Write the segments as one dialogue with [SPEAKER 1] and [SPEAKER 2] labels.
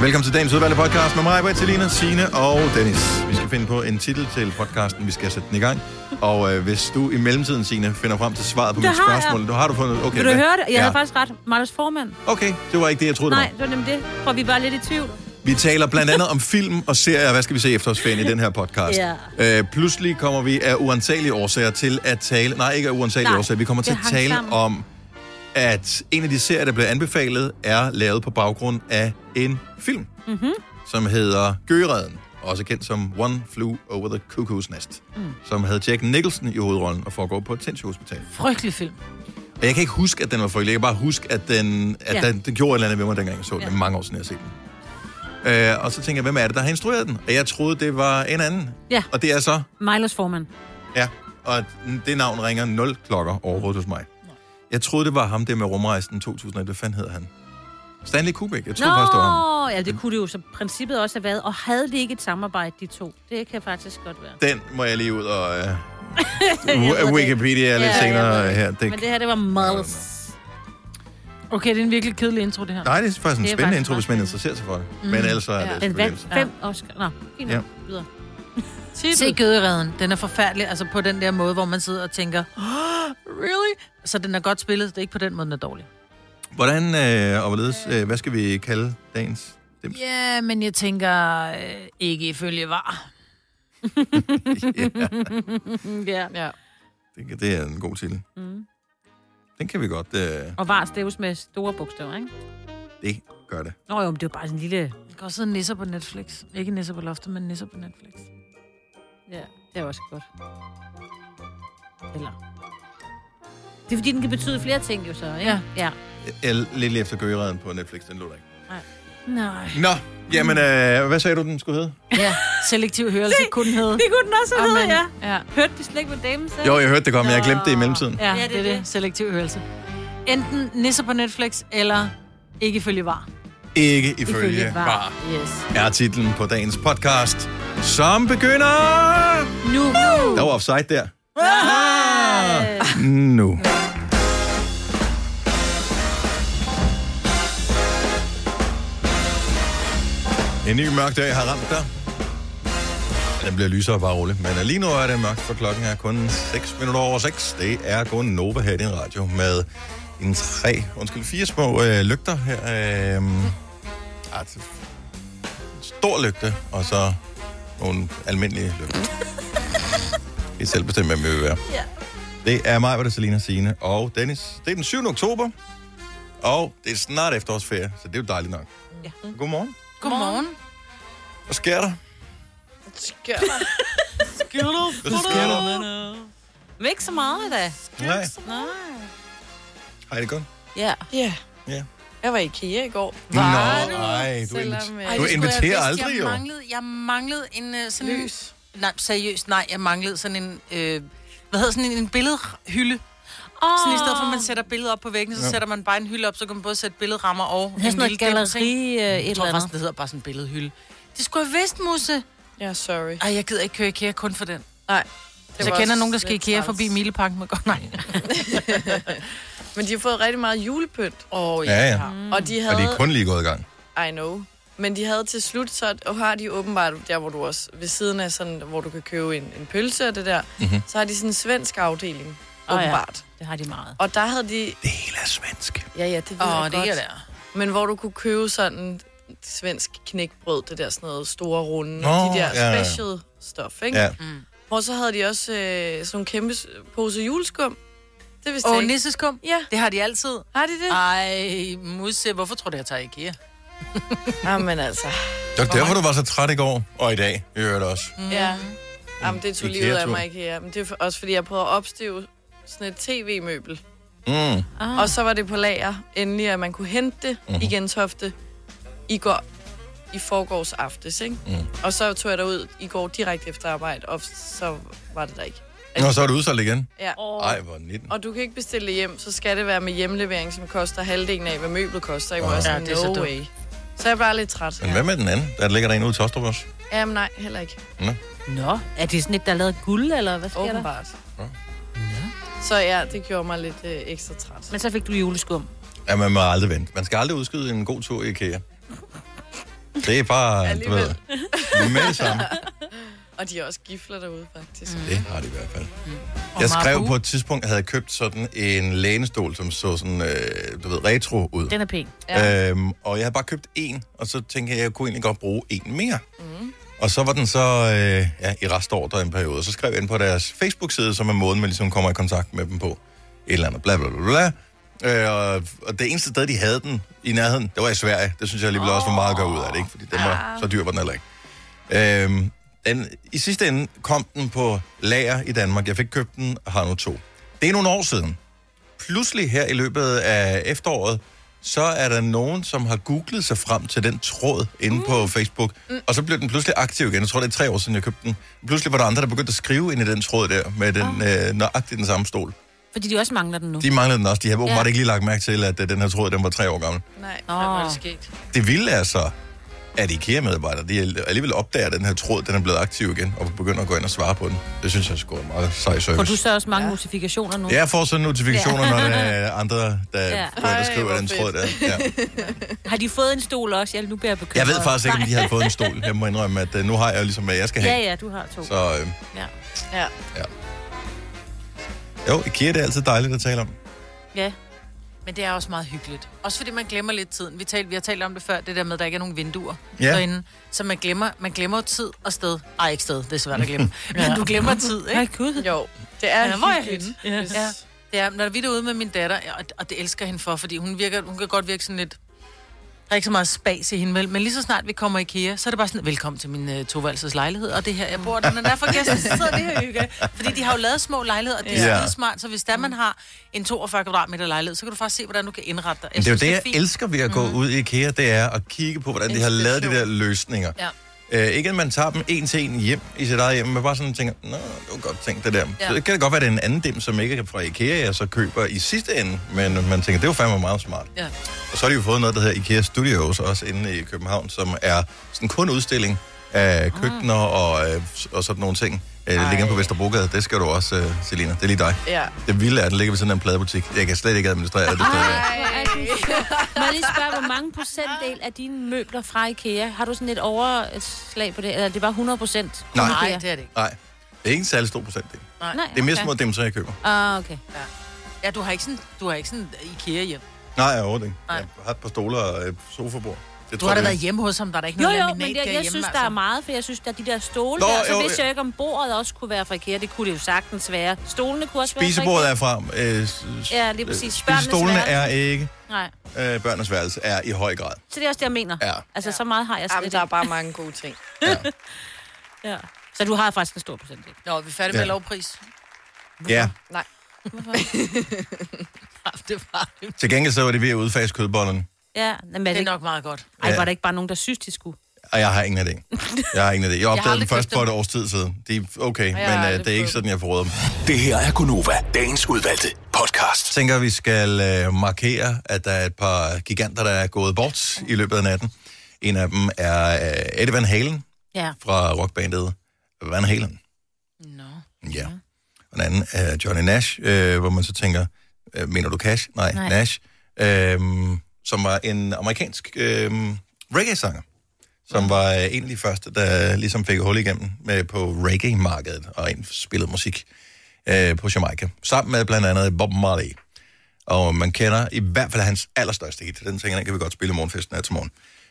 [SPEAKER 1] Velkommen til dagens udvalgte podcast med mig, Britt, Selina, Signe og Dennis. Vi skal finde på en titel til podcasten, vi skal sætte den i gang. Og øh, hvis du i mellemtiden, Signe, finder frem til svaret på
[SPEAKER 2] Det
[SPEAKER 1] mit
[SPEAKER 2] har jeg.
[SPEAKER 1] spørgsmål, du har du fundet... Okay,
[SPEAKER 2] Vil du
[SPEAKER 1] hvad?
[SPEAKER 2] høre det? Jeg ja.
[SPEAKER 1] ja.
[SPEAKER 2] havde faktisk ret. Marlers formand.
[SPEAKER 1] Okay, det var ikke det, jeg troede, det
[SPEAKER 2] Nej, det var nemlig det. For vi var lidt i tvivl.
[SPEAKER 1] var. Vi taler blandt andet om film og serier. Hvad skal vi se i efterårsferien i den her podcast? Øh, pludselig kommer vi af uantagelige årsager til at tale... Nej, ikke af uantagelige
[SPEAKER 2] Nej,
[SPEAKER 1] årsager. Vi kommer til
[SPEAKER 2] det
[SPEAKER 1] at
[SPEAKER 2] hang
[SPEAKER 1] tale
[SPEAKER 2] sammen.
[SPEAKER 1] om, at en af de serier, der blev anbefalet, er lavet på baggrund af en film.
[SPEAKER 2] Mhm.
[SPEAKER 3] Mm-hmm.
[SPEAKER 1] som hedder Gøreden, også kendt som One Flew Over the Cuckoo's Nest,
[SPEAKER 3] Mm.
[SPEAKER 1] mm. som havde Jack Nicholson i hovedrollen og foregår på et sindssygehospital.
[SPEAKER 3] Frygtelig film.
[SPEAKER 1] Og jeg kan ikke huske, at den var frygtelig. Jeg kan bare huske, at den, at
[SPEAKER 3] Ja.
[SPEAKER 1] ja. den, den gjorde et eller andet ved mig, dengang jeg så den. Det er mange år siden, jeg har set den. Øh, og så tænker jeg, hvem er det, der har instrueret den? Og jeg troede, det var en anden.
[SPEAKER 2] Ja,
[SPEAKER 1] Og det er så,
[SPEAKER 2] Milos formand.
[SPEAKER 1] ja, og det navn ringer 0 klokker overhovedet hos mig. Jeg troede, det var ham der med rumrejsen 2001. Hvad fanden hedder han? Stanley Kubrick. Jeg troede faktisk, det var ham.
[SPEAKER 2] Nå, ja, det kunne det jo så princippet også have været. Og havde de ikke et samarbejde, de to? Det kan faktisk godt være.
[SPEAKER 1] Den må jeg lige ud og... Øh,
[SPEAKER 2] Jeg ved det.
[SPEAKER 1] Wikipedia lidt
[SPEAKER 2] Ja, jeg
[SPEAKER 1] senere
[SPEAKER 2] ved
[SPEAKER 1] her. Det,
[SPEAKER 2] Men det her, det var Miles.
[SPEAKER 3] Okay, det er en virkelig kedelig intro, det her.
[SPEAKER 1] nej, det er faktisk en
[SPEAKER 2] Det er
[SPEAKER 1] spændende
[SPEAKER 2] faktisk
[SPEAKER 1] intro,
[SPEAKER 2] meget
[SPEAKER 1] hvis man interesserer sig for det.
[SPEAKER 3] Mm.
[SPEAKER 1] Mm. Men ellers er det
[SPEAKER 3] Ja.
[SPEAKER 2] Den
[SPEAKER 1] selvfølgelig
[SPEAKER 2] vandt
[SPEAKER 1] ikke.
[SPEAKER 2] fem Oscar. Nå, fint
[SPEAKER 1] Ja.
[SPEAKER 2] nok. Videre.
[SPEAKER 3] Se Gødereden. Den er forfærdelig, altså på den der måde, hvor man sidder og tænker, oh, really? Så den er godt spillet, det er ikke på den måde, den er dårlig.
[SPEAKER 1] Hvordan øh, og hvorledes, øh, hvad skal vi kalde dagens?
[SPEAKER 3] Ja, yeah, men jeg tænker øh, ikke ifølge var.
[SPEAKER 2] ja.
[SPEAKER 3] ja.
[SPEAKER 1] Det, det er en god titel.
[SPEAKER 2] Mm.
[SPEAKER 1] Den kan vi godt. Øh,
[SPEAKER 2] Og var staves med store bogstaver, ikke?
[SPEAKER 1] det gør det.
[SPEAKER 2] Nå jo, men det er jo bare sådan en lille...
[SPEAKER 3] Der kan også sidde nisser på Netflix. Ikke nisser på loftet, men nisser på Netflix.
[SPEAKER 2] Ja, det er også godt. Eller... Det er fordi, den kan betyde flere ting jo så, ikke? Ja. ja.
[SPEAKER 1] Jeg, lidt lige efter gøgereden på Netflix, den lå der ikke.
[SPEAKER 3] Nej.
[SPEAKER 1] Nå, jamen, øh, hvad sagde du, den skulle hedde?
[SPEAKER 3] Ja, selektiv hørelse kunne den hedde.
[SPEAKER 2] Det kunne den også have
[SPEAKER 3] Amen.
[SPEAKER 2] heddet, ja.
[SPEAKER 3] Ja.
[SPEAKER 2] Hørte vi slet ikke, hvad damen sagde?
[SPEAKER 1] Jo, jeg hørte det godt, men jeg glemte det i mellemtiden.
[SPEAKER 3] Ja, det er det. Selektiv hørelse. Enten nisser på Netflix, eller ikke ifølge var.
[SPEAKER 1] Ikke ifølge var.
[SPEAKER 3] Yes.
[SPEAKER 1] er titlen på dagens podcast, som begynder...
[SPEAKER 3] Nu.
[SPEAKER 1] Der var offside der. Nu. En ny mørk dag har ramt dig. Den bliver lysere bare roligt. Men lige nu er det mørkt, for klokken er kun 6 minutter over 6. Det er kun Nova her i din radio med en tre, undskyld, fire små øh, lygter her. Øh, ej, det- en stor lygte, og så nogle almindelige lygter. I selv bestemme, hvem vi vil være.
[SPEAKER 2] Ja.
[SPEAKER 1] Det er mig, hvor det er Selina Signe og Dennis. Det er den 7. oktober, og det er snart efterårsferie, så det er jo dejligt nok.
[SPEAKER 2] Ja.
[SPEAKER 1] Godmorgen.
[SPEAKER 3] Godmorgen.
[SPEAKER 1] Hvad sker der?
[SPEAKER 3] Skørt. Skørt.
[SPEAKER 1] sker der?
[SPEAKER 2] Men ikke så meget, da.
[SPEAKER 1] Nej,
[SPEAKER 2] Nej.
[SPEAKER 1] hej det er godt.
[SPEAKER 4] Ja. Ja.
[SPEAKER 1] Ja.
[SPEAKER 4] Jeg var i IKEA i går.
[SPEAKER 1] Nå, ej, du,
[SPEAKER 4] Selvom, øh,
[SPEAKER 1] inviter- du inviterer aldrig,
[SPEAKER 3] jeg
[SPEAKER 1] jo.
[SPEAKER 3] manglede, jeg manglede en øh, sådan Lys. En, nej, seriøst, nej, jeg manglede sådan en, øh, hvad hedder sådan en, en billedhylde. Oh. Sådan i stedet for, at man sætter billedet op på væggen, så
[SPEAKER 2] Ja.
[SPEAKER 3] sætter man bare en hylde op, så kan man både sætte billedrammer og
[SPEAKER 2] Det er sådan noget galleri, øh, et
[SPEAKER 3] et
[SPEAKER 2] eller
[SPEAKER 3] eller
[SPEAKER 2] andet.
[SPEAKER 3] andet. det hedder bare sådan en billedhylde. Det skulle jeg vidst, Musse.
[SPEAKER 4] Ja, sorry.
[SPEAKER 3] Ej, jeg gider ikke køre IKEA kun for den.
[SPEAKER 4] Nej.
[SPEAKER 3] Det jeg kender nogen, der skal IKEA forbi Mileparken, men godt nej.
[SPEAKER 4] Men de har fået rigtig meget julepynt. Åh, oh,
[SPEAKER 1] ja. Ja, ja. Mm.
[SPEAKER 4] Og de havde...
[SPEAKER 1] Og det er kun lige gået i gang.
[SPEAKER 4] I know. Men de havde til slut, så og har de åbenbart, der hvor du også, ved siden af sådan, hvor du kan købe en, en pølse og det der,
[SPEAKER 3] Mhm.
[SPEAKER 4] mm-hmm. så har de sådan en svensk afdeling,
[SPEAKER 2] Åh, ja.
[SPEAKER 4] åbenbart.
[SPEAKER 2] Det har de meget.
[SPEAKER 4] Og der havde de... Det
[SPEAKER 1] hele er svensk.
[SPEAKER 4] Ja, ja, det ved
[SPEAKER 3] Åh,
[SPEAKER 4] jeg
[SPEAKER 3] det
[SPEAKER 4] godt.
[SPEAKER 3] kan der.
[SPEAKER 4] Men hvor du kunne købe sådan svensk knækbrød, det der sådan noget store runde,
[SPEAKER 3] Nå,
[SPEAKER 4] de der
[SPEAKER 3] ja, ja.
[SPEAKER 4] special stuff, ikke?
[SPEAKER 3] Ja. Mm.
[SPEAKER 4] Hvor så havde de også øh, sådan nogle kæmpe s- pose juleskum. Det vidste
[SPEAKER 3] Åh,
[SPEAKER 4] jeg ikke.
[SPEAKER 3] nisseskum?
[SPEAKER 4] Ja.
[SPEAKER 3] Det har de altid.
[SPEAKER 4] Har de det?
[SPEAKER 3] Ej, Musse, hvorfor tror du, jeg tager IKEA?
[SPEAKER 4] Jamen altså.
[SPEAKER 1] Det var derfor, du var så træt i går, og i dag, i øvrigt også.
[SPEAKER 4] Mm. Ja. Jamen, det tog livet af
[SPEAKER 1] Ikea-tur.
[SPEAKER 4] mig ikke her. Men det er for- også, fordi jeg prøvede at opstøve sådan et tv-møbel.
[SPEAKER 1] Mm.
[SPEAKER 4] Ah. Og så var det på lager, endelig, at man kunne hente det
[SPEAKER 1] Mhm.
[SPEAKER 4] i Gentofte i går, i forgårs aftes, ikke?
[SPEAKER 1] Mm.
[SPEAKER 4] Og så tog jeg derud i går direkte efter arbejde, og så var det der ikke.
[SPEAKER 1] Nå, så er du udsolgt igen.
[SPEAKER 4] Ja.
[SPEAKER 1] Ej, hvor 19.
[SPEAKER 4] Og du kan ikke bestille det hjem, så skal det være med hjemlevering, som koster halvdelen af, hvad møblet koster. Ikke?
[SPEAKER 1] Wow.
[SPEAKER 4] Wow.
[SPEAKER 1] Ja,
[SPEAKER 4] Sådan,
[SPEAKER 1] det
[SPEAKER 4] ja,
[SPEAKER 1] er så
[SPEAKER 4] no så
[SPEAKER 1] dumt.
[SPEAKER 4] way. Så jeg er bare lidt træt.
[SPEAKER 1] Men hvad med den anden? Der ligger der en ude i Tostrup også.
[SPEAKER 4] Jamen nej, heller ikke.
[SPEAKER 1] Nå.
[SPEAKER 2] Nå, er det sådan et, der er lavet af guld, eller hvad sker
[SPEAKER 4] Åbenbart.
[SPEAKER 2] der?
[SPEAKER 4] Så ja, det gjorde mig lidt øh, ekstra træt.
[SPEAKER 2] Men så fik du juleskum.
[SPEAKER 1] Ja, man må aldrig vente. Man skal aldrig udskyde en god tur i IKEA. Det er bare, du ved,
[SPEAKER 4] Alligevel.
[SPEAKER 1] med det samme.
[SPEAKER 4] Og de er også gifler derude, faktisk. Mm.
[SPEAKER 1] Det har de i hvert fald. Jeg
[SPEAKER 3] Og
[SPEAKER 1] skrev
[SPEAKER 3] Marabou.
[SPEAKER 1] på et tidspunkt, at jeg havde købt sådan en lænestol, som så sådan, øh, du ved, retro ud.
[SPEAKER 2] Den er pæn.
[SPEAKER 1] Ja. Øhm, og jeg havde bare købt en, og så tænkte jeg, at jeg kunne egentlig godt bruge en mere. Mm. Og så var den så øh, ja, i restordre en periode, og så skrev jeg ind på deres Facebook-side, som er måden, man ligesom kommer i kontakt med dem på. Et eller andet, bla bla bla bla. Øh, og, og det eneste sted, de havde den i nærheden, det var i Sverige. Det synes jeg alligevel også var meget at gøre ud af det, ikke? Fordi den var, så dyr var den heller ikke. Øhm, den, I sidste ende kom den på lager i Danmark. Jeg fik købt den og har nu to. Det er nogle år siden pludselig her i løbet af efteråret, så er der nogen, som har googlet sig frem til den tråd inde mm. på Facebook, mm. og så blev den pludselig aktiv igen. Jeg tror, det er tre år siden, jeg købte den. Pludselig var der andre, der begyndte at skrive ind i den tråd der, med den øh, nøjagtigt den samme stol.
[SPEAKER 2] Fordi de også mangler den nu.
[SPEAKER 1] De manglede den også. De havde åbenbart
[SPEAKER 2] Ja.
[SPEAKER 1] ikke lige lagt mærke til, at øh, den her tråd, den var tre år gammel.
[SPEAKER 4] Nej,
[SPEAKER 2] Nå.
[SPEAKER 4] oh. hvor er det sket.
[SPEAKER 1] Det vilde er så, at IKEA-medarbejdere, de alligevel opdager, at den her tråd, den er blevet aktiv igen, og begynder at gå ind og svare på den. Det synes jeg sgu er meget sej service.
[SPEAKER 2] Får du så også mange ja. notifikationer nu?
[SPEAKER 1] Jeg får så notifikationer, ja. når der er andre, der, ja.
[SPEAKER 2] Ja.
[SPEAKER 1] der skriver
[SPEAKER 4] Ej,
[SPEAKER 1] den
[SPEAKER 4] hvor
[SPEAKER 1] tråd der. Ja.
[SPEAKER 2] Har de fået en stol også? Jeg, nu bliver jeg bekymret.
[SPEAKER 1] Jeg ved faktisk ikke, om de havde fået en stol. Jeg må indrømme, at øh, nu har jeg jo ligesom, hvad jeg skal have.
[SPEAKER 2] Ja, ja, du har to. Så.
[SPEAKER 1] Så øh,
[SPEAKER 2] Ja.
[SPEAKER 4] Ja.
[SPEAKER 1] ja. Jo, IKEA det er altid dejligt at tale om.
[SPEAKER 2] ja.
[SPEAKER 3] Men det er også meget hyggeligt. Også fordi man glemmer lidt tiden. Vi, tal, vi har talt om det før, det der med, at der ikke er nogen vinduer
[SPEAKER 1] Ja.
[SPEAKER 3] derinde. Så man glemmer, man glemmer jo tid og sted. Ej, ikke sted, det er svært at glemme. Men du glemmer tid, ikke?
[SPEAKER 2] Nej, gud.
[SPEAKER 4] Jo, det er
[SPEAKER 3] Ja, hvor er
[SPEAKER 4] hyggeligt.
[SPEAKER 2] Yes.
[SPEAKER 3] Ja. Det er, når vi er ude med min datter, og, og det elsker hende for, fordi hun, virker, hun kan godt virke sådan lidt... Der er ikke så meget spas i hende, vel? Men lige så snart vi kommer i IKEA, så er det bare sådan, velkommen til min uh, toværelses lejlighed, og det er her, jeg bor, den er der for gæster, så sidder vi her og hygger. Fordi de har jo lavet små lejligheder, og det er
[SPEAKER 1] Ja.
[SPEAKER 3] ja. smart, så hvis der man har en 42 kvadratmeter lejlighed, så kan du faktisk se, hvordan du kan indrette dig.
[SPEAKER 1] Men det er jo det, jeg
[SPEAKER 3] fint. Mm.
[SPEAKER 1] elsker ved at gå ud i IKEA, det er at kigge på, hvordan de har lavet de der løsninger.
[SPEAKER 3] Ja.
[SPEAKER 1] Øh, ikke at man tager dem en til en hjem i sit eget hjem, men bare sådan tænker, nå, det var godt tænkt det der. Ja.
[SPEAKER 3] Ja.
[SPEAKER 1] Så det kan det godt være, at det er en anden dem, som ikke er fra IKEA, jeg så køber i sidste ende, men man tænker, det var fandme meget smart.
[SPEAKER 3] Ja.
[SPEAKER 1] Og så har de jo fået noget, der hedder IKEA Studios, også inde i København, som er sådan kun udstilling af køkkener
[SPEAKER 3] Ah.
[SPEAKER 1] og, øh, og sådan nogle ting. Øh, Det ligger på Vesterbrogade, det skal du også, øh, Selina. Det er lige dig.
[SPEAKER 4] Ja.
[SPEAKER 1] Det vilde er, at den ligger ved sådan en pladebutik. Jeg kan slet ikke administrere det. Ej.
[SPEAKER 2] Hvor er du sjov. Må jeg lige spørge, hvor mange procentdel af dine møbler fra IKEA, har du sådan et overslag på det? Eller er det bare 100 procent?
[SPEAKER 1] Nej.
[SPEAKER 3] Nej, det er det ikke.
[SPEAKER 1] Nej, det er ikke en særlig stor procentdel.
[SPEAKER 3] Nej.
[SPEAKER 2] Nej,
[SPEAKER 1] Det er mere
[SPEAKER 2] okay.
[SPEAKER 1] små dem, som jeg køber.
[SPEAKER 2] Ah, okay.
[SPEAKER 3] Ja, du har ikke sådan, du har ikke sådan IKEA hjem.
[SPEAKER 1] Nej, jeg overhovedet ikke.
[SPEAKER 3] Nej.
[SPEAKER 1] Jeg har et par stoler og et sofabord. Det
[SPEAKER 3] Du har da
[SPEAKER 1] jeg-
[SPEAKER 3] været hjemme hos ham, der er da ikke
[SPEAKER 2] Jo,
[SPEAKER 3] noget
[SPEAKER 2] jo,
[SPEAKER 3] laminat
[SPEAKER 2] men det, jeg
[SPEAKER 3] derhjemme,
[SPEAKER 2] synes,
[SPEAKER 3] altså.
[SPEAKER 2] der er meget, for jeg synes, der er de der stole
[SPEAKER 1] Nå,
[SPEAKER 2] Nå, der, så
[SPEAKER 1] jo,
[SPEAKER 2] vidste
[SPEAKER 1] jo.
[SPEAKER 2] jeg ikke, om bordet også kunne være fra IKEA. Det kunne det jo sagtens være. Stolene kunne også
[SPEAKER 1] Spisebordet
[SPEAKER 2] være
[SPEAKER 1] er fra. Øh, s- s-
[SPEAKER 2] Ja, lige præcis. Børnenes
[SPEAKER 1] Spisestolene
[SPEAKER 2] værelse.
[SPEAKER 1] er ikke.
[SPEAKER 2] Nej.
[SPEAKER 1] Øh, børnenes værelse er i høj grad.
[SPEAKER 2] Så det er også det, jeg mener.
[SPEAKER 1] Ja.
[SPEAKER 2] Altså, så meget har jeg slet
[SPEAKER 4] Jamen, der
[SPEAKER 2] ikke.
[SPEAKER 4] er bare mange gode ting.
[SPEAKER 2] Ja. Så du har faktisk en stor procentdel.
[SPEAKER 3] Nå, vi er færdige med
[SPEAKER 1] Ja.
[SPEAKER 3] lovpris.
[SPEAKER 1] Ja.
[SPEAKER 4] Nej.
[SPEAKER 3] Ja, det var det.
[SPEAKER 1] Til gengæld så var det ved at udfase kødbollerne.
[SPEAKER 2] Ja, men er
[SPEAKER 3] Det
[SPEAKER 2] det
[SPEAKER 3] er
[SPEAKER 2] ikke...
[SPEAKER 3] nok meget godt.
[SPEAKER 2] Ej,
[SPEAKER 1] Ja.
[SPEAKER 2] var der ikke bare nogen, der synes, de skulle?
[SPEAKER 1] Og jeg har ingen idé. Jeg har ingen idé. Jeg opdagede dem
[SPEAKER 3] aldrig
[SPEAKER 1] først
[SPEAKER 3] købt dem.
[SPEAKER 1] for et års tid siden. De er okay,
[SPEAKER 4] jeg har
[SPEAKER 1] men øh,
[SPEAKER 4] aldrig
[SPEAKER 1] det er ikke
[SPEAKER 4] fået
[SPEAKER 1] sådan, jeg forråder dem.
[SPEAKER 5] Det her er Gunova, dagens udvalgte podcast.
[SPEAKER 1] Jeg tænker, vi skal øh, markere, at der er et par giganter, der er gået bort i løbet af natten. En af dem er øh, Eddie Van Halen
[SPEAKER 2] Ja.
[SPEAKER 1] fra rockbandet Van Halen.
[SPEAKER 3] Nå.
[SPEAKER 1] Ja. Og den anden er Johnny Nash, øh, hvor man så tænker, øh, mener du Cash? Nej, Nej.
[SPEAKER 2] Nej.
[SPEAKER 1] Nash. Øh, som var en amerikansk øh, reggae-sanger, som var øh, en af de første, der ligesom fik hul igennem med på reggae-markedet og ind- spillede musik øh, på Jamaica. Sammen med blandt andet Bob Marley. Og man kender i hvert fald hans allerstørste hit. Den tænker jeg, den kan vi godt spille i morgenfesten her til morgen.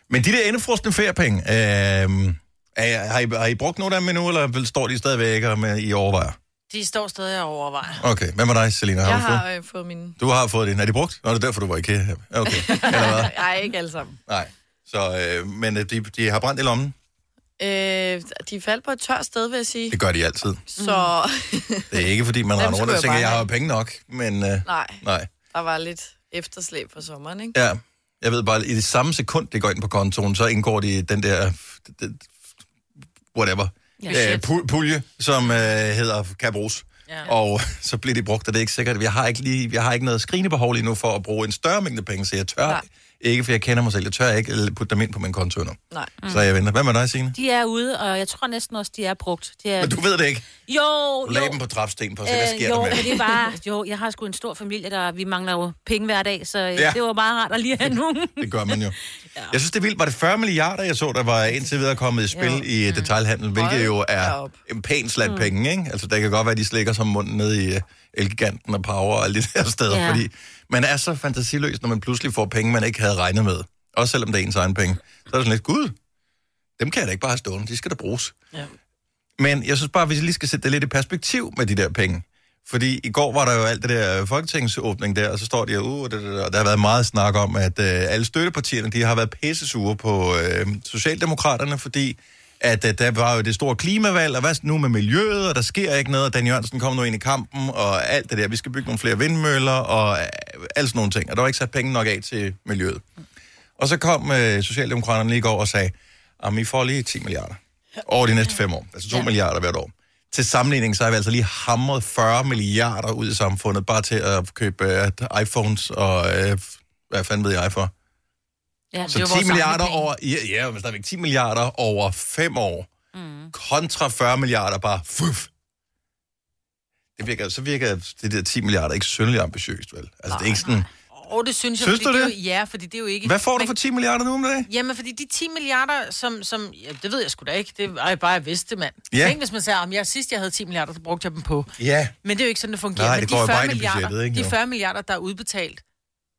[SPEAKER 1] Men de der indefrostende feriepenge, øh, er, jeg- har, I, har I brugt nogle af dem endnu, eller står de stadigvæk og med, I overvejer?
[SPEAKER 3] De står stadig og overvejer.
[SPEAKER 1] Okay, hvad med dig, Selina? Har
[SPEAKER 4] Jeg
[SPEAKER 1] du fået?
[SPEAKER 4] har øh, fået mine...
[SPEAKER 1] Du har fået det. Er det brugt? Nå, det er derfor, du var i IKEA. Okay, eller hvad?
[SPEAKER 4] Nej, ikke alle sammen.
[SPEAKER 1] Nej. Så, øh, men øh, de, de har brændt i lommen.
[SPEAKER 4] Øh, de faldt på et tørt sted, vil jeg sige.
[SPEAKER 1] Det gør de altid.
[SPEAKER 4] Så
[SPEAKER 1] Det er ikke, fordi man render rundt
[SPEAKER 4] skulle
[SPEAKER 1] og
[SPEAKER 4] jeg
[SPEAKER 1] tænker,
[SPEAKER 4] bare
[SPEAKER 1] jeg har jo
[SPEAKER 4] have."
[SPEAKER 1] penge nok, men øh,
[SPEAKER 4] nej,
[SPEAKER 1] nej.
[SPEAKER 4] der var lidt efterslæb for sommeren, ikke?
[SPEAKER 1] Ja, jeg ved bare, i det samme sekund, det går ind på kontoen, så indgår det i den der, den- whatever,
[SPEAKER 2] Ja.
[SPEAKER 1] øh, pul- pulje, som øh, hedder kan bruges. Ja.
[SPEAKER 3] Ja.
[SPEAKER 1] Og så bliver de brugt, og det er ikke sikkert. Jeg har ikke, lige, jeg har ikke noget skrigende behov lige nu for at bruge en større mængde penge, så jeg tør
[SPEAKER 4] Nej.
[SPEAKER 1] Ikke, for jeg kender mig selv. Jeg tør ikke øh, putte dem ind på min konto endnu.
[SPEAKER 4] Nej.
[SPEAKER 1] Mm. Så jeg venter. Hvad med dig, Signe?
[SPEAKER 2] De er ude, og jeg tror næsten også, de er brugt. De er...
[SPEAKER 1] Men du ved det ikke.
[SPEAKER 2] Jo,
[SPEAKER 1] Du lagde
[SPEAKER 2] jo.
[SPEAKER 1] dem på trapsten på, så hvad
[SPEAKER 2] Øh,
[SPEAKER 1] sker der
[SPEAKER 2] jo,
[SPEAKER 1] med
[SPEAKER 2] men
[SPEAKER 1] det?
[SPEAKER 2] det er bare, jo, jeg har sgu en stor familie, der vi mangler jo penge hver dag, så
[SPEAKER 1] Ja.
[SPEAKER 2] ja. det var meget rart at lige have nogen.
[SPEAKER 1] Det gør man jo. ja. Jeg synes, det er vildt. Var det 40 milliarder, jeg så, der var indtil videre kommet i spil jo. i mm. detailhandel, hvilket jo
[SPEAKER 4] da
[SPEAKER 1] er
[SPEAKER 4] op.
[SPEAKER 1] en pæn slat mm. penge, ikke? Altså, der kan godt være, at de slikker som munden ned i øh, Elgiganten og Power og alle de der steder, ja.
[SPEAKER 2] Ja.
[SPEAKER 1] fordi man er så fantasiløs, når man pludselig får penge, man ikke havde regnet med. Også selvom det er ens egen penge. Så er det sådan lidt, gud, dem kan jeg da ikke bare have stående. De skal da bruges.
[SPEAKER 3] Ja.
[SPEAKER 1] Men jeg synes bare, at vi lige skal sætte det lidt i perspektiv med de der penge. Fordi i går var der jo alt det der folketingsåbning der, og så står de jo, uh, det, det, det, og der har været meget snak om, at øh, alle støttepartierne, de har været pissesure på øh, Socialdemokraterne, fordi at øh, der var jo det store klimavalg, og hvad nu med miljøet, og der sker ikke noget, og Dan Jørgensen kom nu ind i kampen, og alt det der, vi skal bygge nogle flere vindmøller, og øh, alt sådan nogle ting, og der var ikke sat penge nok af til miljøet. Og så kom øh, Socialdemokraterne lige i går og sagde, at vi får lige 10 milliarder over de næste fem år. Altså 2 ja. milliarder hvert år. Til sammenligning, så har vi altså lige hamret 40 milliarder ud i samfundet, bare til at købe øh, iPhones og øh, hvad fanden ved jeg for.
[SPEAKER 2] Ja, det er jo vores
[SPEAKER 1] Så 10
[SPEAKER 2] samlede
[SPEAKER 1] milliarder
[SPEAKER 2] penge.
[SPEAKER 1] over, ja, ja, men stadigvæk 10 milliarder over 5 år, mm. kontra 40 milliarder bare, fuf. Det virker, så virker det der 10 milliarder ikke synderligt ambitiøst, vel? Altså, det er ikke sådan,
[SPEAKER 3] Åh, det synes jeg.
[SPEAKER 1] Synes
[SPEAKER 3] fordi
[SPEAKER 1] du
[SPEAKER 3] er
[SPEAKER 1] det?
[SPEAKER 3] Jo, ja, fordi det er jo ikke...
[SPEAKER 1] hvad får du
[SPEAKER 3] Men-
[SPEAKER 1] for 10 milliarder nu om dagen?
[SPEAKER 3] Jamen, fordi de 10 milliarder, som... som ja, det ved jeg sgu da ikke. Det er bare, jeg vidste, mand.
[SPEAKER 1] Ja.
[SPEAKER 3] Tænk, hvis man sagde, om jeg sidst jeg havde 10 milliarder, så brugte jeg dem på.
[SPEAKER 1] Ja.
[SPEAKER 3] Men det er jo ikke sådan, det fungerer.
[SPEAKER 1] Nej,
[SPEAKER 3] Men
[SPEAKER 1] det
[SPEAKER 3] de
[SPEAKER 1] går jo
[SPEAKER 3] 40
[SPEAKER 1] bare ind i budgettet,
[SPEAKER 3] milliarder,
[SPEAKER 1] ikke,
[SPEAKER 3] De
[SPEAKER 1] jo?
[SPEAKER 3] 40 milliarder, der er udbetalt,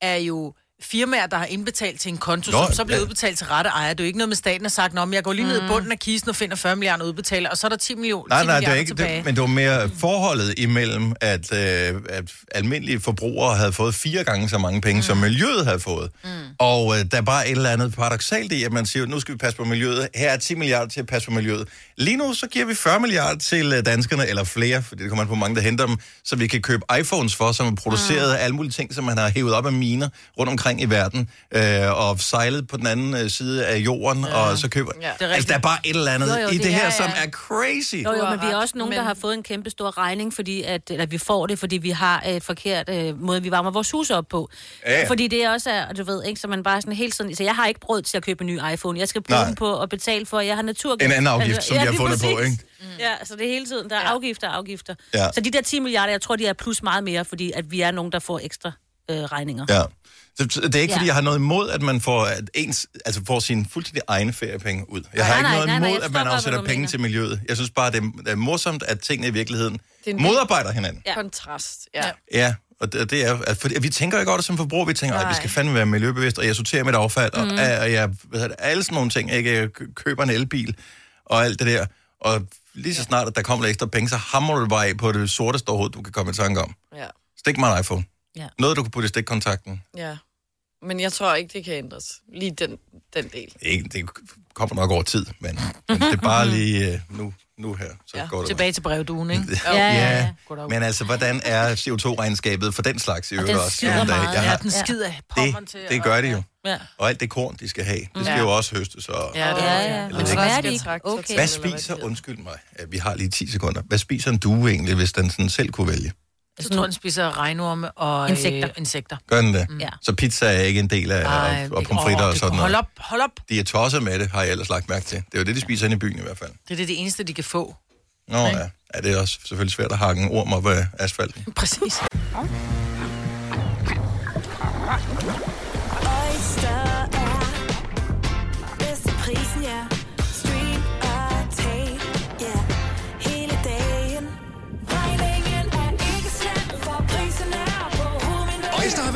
[SPEAKER 3] er jo firmaer, der har indbetalt til en konto,
[SPEAKER 1] Nå,
[SPEAKER 3] Nå, som så bliver
[SPEAKER 1] ja. Mm.
[SPEAKER 3] ja. udbetalt til rette ejer. Det er jo ikke noget med staten har sagt, om jeg går lige ned i bunden af kisten og finder 40 milliarder og udbetaler, og så er der 10 millioner
[SPEAKER 1] Nej,
[SPEAKER 3] 10
[SPEAKER 1] nej, det er
[SPEAKER 3] milliarder
[SPEAKER 1] ikke
[SPEAKER 3] tilbage.
[SPEAKER 1] det, men det var mere forholdet imellem, at, øh, at almindelige forbrugere havde fået fire gange så mange penge, mm. som miljøet havde fået. Mm. Og øh, der er bare et eller andet paradoxalt i, at man siger, nu skal vi passe på miljøet, her er 10 milliarder til at passe på miljøet. Lige nu, så giver vi 40 milliarder til øh, danskerne, eller flere, fordi det kommer an på hvor mange, der henter dem, så vi kan købe iPhones for, som er produceret af alle mulige ting, som man har hævet op af miner rundt omkring i verden, øh, og sejlet på den anden øh, side af jorden, ja. og så køber... Ja,
[SPEAKER 4] er
[SPEAKER 1] altså, der er bare et eller andet
[SPEAKER 2] Jo, jo,
[SPEAKER 1] i det,
[SPEAKER 2] det
[SPEAKER 1] det her,
[SPEAKER 2] er-
[SPEAKER 1] som er crazy.
[SPEAKER 2] Jo, jo,
[SPEAKER 4] har
[SPEAKER 2] men vi er
[SPEAKER 4] ret,
[SPEAKER 2] også nogen, men... der
[SPEAKER 4] men-
[SPEAKER 2] har fået en kæmpe stor regning, fordi at, eller vi får det, fordi vi har et forkert øh, måde, vi varmer vores hus op på.
[SPEAKER 1] Ja, ja.
[SPEAKER 2] Fordi det også er, du ved, ikke, så man bare sådan hele tiden... Så jeg har ikke råd til at købe en ny iPhone. Jeg skal bruge
[SPEAKER 1] Nej.
[SPEAKER 2] Nej. den på at betale for, at jeg har naturgas.
[SPEAKER 1] En anden afgift, som vi har
[SPEAKER 2] lige Mm.
[SPEAKER 1] fundet på, ikke?
[SPEAKER 2] Ja, så det er hele tiden, der er afgifter og afgifter.
[SPEAKER 1] Ja.
[SPEAKER 2] Så de der 10 milliarder, jeg tror, de er plus meget mere, fordi at vi er nogen, der får ekstra øh, regninger.
[SPEAKER 1] Ja. Så så det er ikke, fordi
[SPEAKER 2] Ja.
[SPEAKER 1] jeg har noget imod, at man får, at ens, altså får sine fuldstændig egne feriepenge ud. Jeg har
[SPEAKER 2] Nej,
[SPEAKER 1] ikke
[SPEAKER 2] nej,
[SPEAKER 1] noget
[SPEAKER 2] nej,
[SPEAKER 1] imod,
[SPEAKER 2] nej, jeg
[SPEAKER 1] at
[SPEAKER 2] forstår
[SPEAKER 1] man
[SPEAKER 2] godt,
[SPEAKER 1] afsætter
[SPEAKER 2] hvad du
[SPEAKER 1] penge
[SPEAKER 2] mener.
[SPEAKER 1] til miljøet. Jeg synes bare, det er, det er morsomt, at tingene i virkeligheden
[SPEAKER 4] er en-
[SPEAKER 1] modarbejder hinanden.
[SPEAKER 2] Ja.
[SPEAKER 4] Kontrast, ja.
[SPEAKER 3] Ja.
[SPEAKER 1] Ja, og det, det er, at for, vi tænker jo ikke over det som forbrugere. Vi tænker, at vi skal fandme være miljøbevidste, og jeg sorterer mit affald,
[SPEAKER 2] Mhm.
[SPEAKER 1] og, mm. og jeg, hvad hedder det, alle sådan nogle ting. Ikke? Jeg kø- køber en elbil og alt det der. Og lige så snart, at der kommer lidt ekstra penge, så hammer du det bare af på det sorteste overhovedet, du kan komme i tanke om.
[SPEAKER 4] ja.
[SPEAKER 1] Stik mig en iPhone.
[SPEAKER 2] Ja.
[SPEAKER 1] Noget, du kan putte i stikkontakten.
[SPEAKER 4] ja. Men jeg tror ikke, det kan ændres. Lige den, den del.
[SPEAKER 1] ikke, det kommer nok over tid, men, men det er bare lige øh, nu, nu her, så ja, går det.
[SPEAKER 3] Tilbage til brevduen, ikke?
[SPEAKER 1] nok.
[SPEAKER 2] Ja, ja,
[SPEAKER 1] Ja,
[SPEAKER 2] ja.
[SPEAKER 1] men altså, hvordan er CO2-regnskabet for den slags i øvrigt
[SPEAKER 2] den
[SPEAKER 1] også?
[SPEAKER 2] slider
[SPEAKER 1] nu om dagen?
[SPEAKER 2] meget,
[SPEAKER 1] Jeg
[SPEAKER 3] Ja,
[SPEAKER 1] har,
[SPEAKER 3] den skider ja.
[SPEAKER 1] det,
[SPEAKER 3] til.
[SPEAKER 1] det gør de jo.
[SPEAKER 2] Ja.
[SPEAKER 1] Og alt det korn, de skal have, det skal
[SPEAKER 4] Ja.
[SPEAKER 1] jo også høstes. Og...
[SPEAKER 3] Ja, det
[SPEAKER 2] Ja,
[SPEAKER 3] er
[SPEAKER 2] ja.
[SPEAKER 3] ja.
[SPEAKER 1] Eller ikke.
[SPEAKER 2] Hvad er det ikke?
[SPEAKER 4] Traktor til.
[SPEAKER 2] Okay.
[SPEAKER 1] Hvad
[SPEAKER 4] eller hvad det
[SPEAKER 1] spiser,
[SPEAKER 4] hedder.
[SPEAKER 1] undskyld mig, ja, vi har lige 10 sekunder. Hvad spiser en due egentlig, hvis den sådan selv kunne vælge?
[SPEAKER 3] Så tror jeg, den spiser regnorme og
[SPEAKER 2] Insekter.
[SPEAKER 3] Øh, insekter.
[SPEAKER 1] Gør den det?
[SPEAKER 2] Ja.
[SPEAKER 1] Så pizza er ikke en del af,
[SPEAKER 3] Ej,
[SPEAKER 1] og, og pomfritter
[SPEAKER 3] åh,
[SPEAKER 1] og
[SPEAKER 3] det-
[SPEAKER 1] sådan
[SPEAKER 3] Hold
[SPEAKER 1] noget.
[SPEAKER 3] op, hold op.
[SPEAKER 1] De er tosset med det, har jeg ellers lagt mærke til. Det er jo det, de spiser inde i byen i hvert fald.
[SPEAKER 3] Det er det, det eneste, de kan få.
[SPEAKER 1] Nå ja, ja det er også selvfølgelig svært at hakke en orm op af asfalten.
[SPEAKER 3] Præcis.
[SPEAKER 6] Oyster er bedst til prisen, ja. Stream og tag, ja. Hele dagen. Regningen er ikke slem, for prisen er på hovedet.
[SPEAKER 5] Øjster har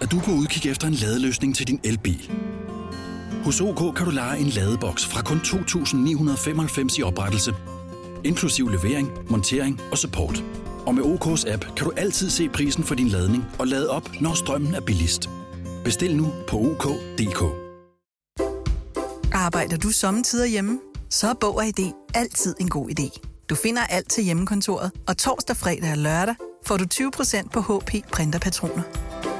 [SPEAKER 7] at du er på udkig efter en ladeløsning til din elbil. Hos OK kan du lege en ladeboks fra kun 2.995 i oprettelse, inklusiv levering, montering og support. Og med OK's app kan du altid se prisen for din ladning og lade op, når strømmen er billigst. Bestil nu på OK.dk. OK
[SPEAKER 8] Arbejder du sommetider hjemme? Så er Bog og ID altid en god idé. Du finder alt til hjemmekontoret, og torsdag, fredag og lørdag får du 20% på HP Printerpatroner.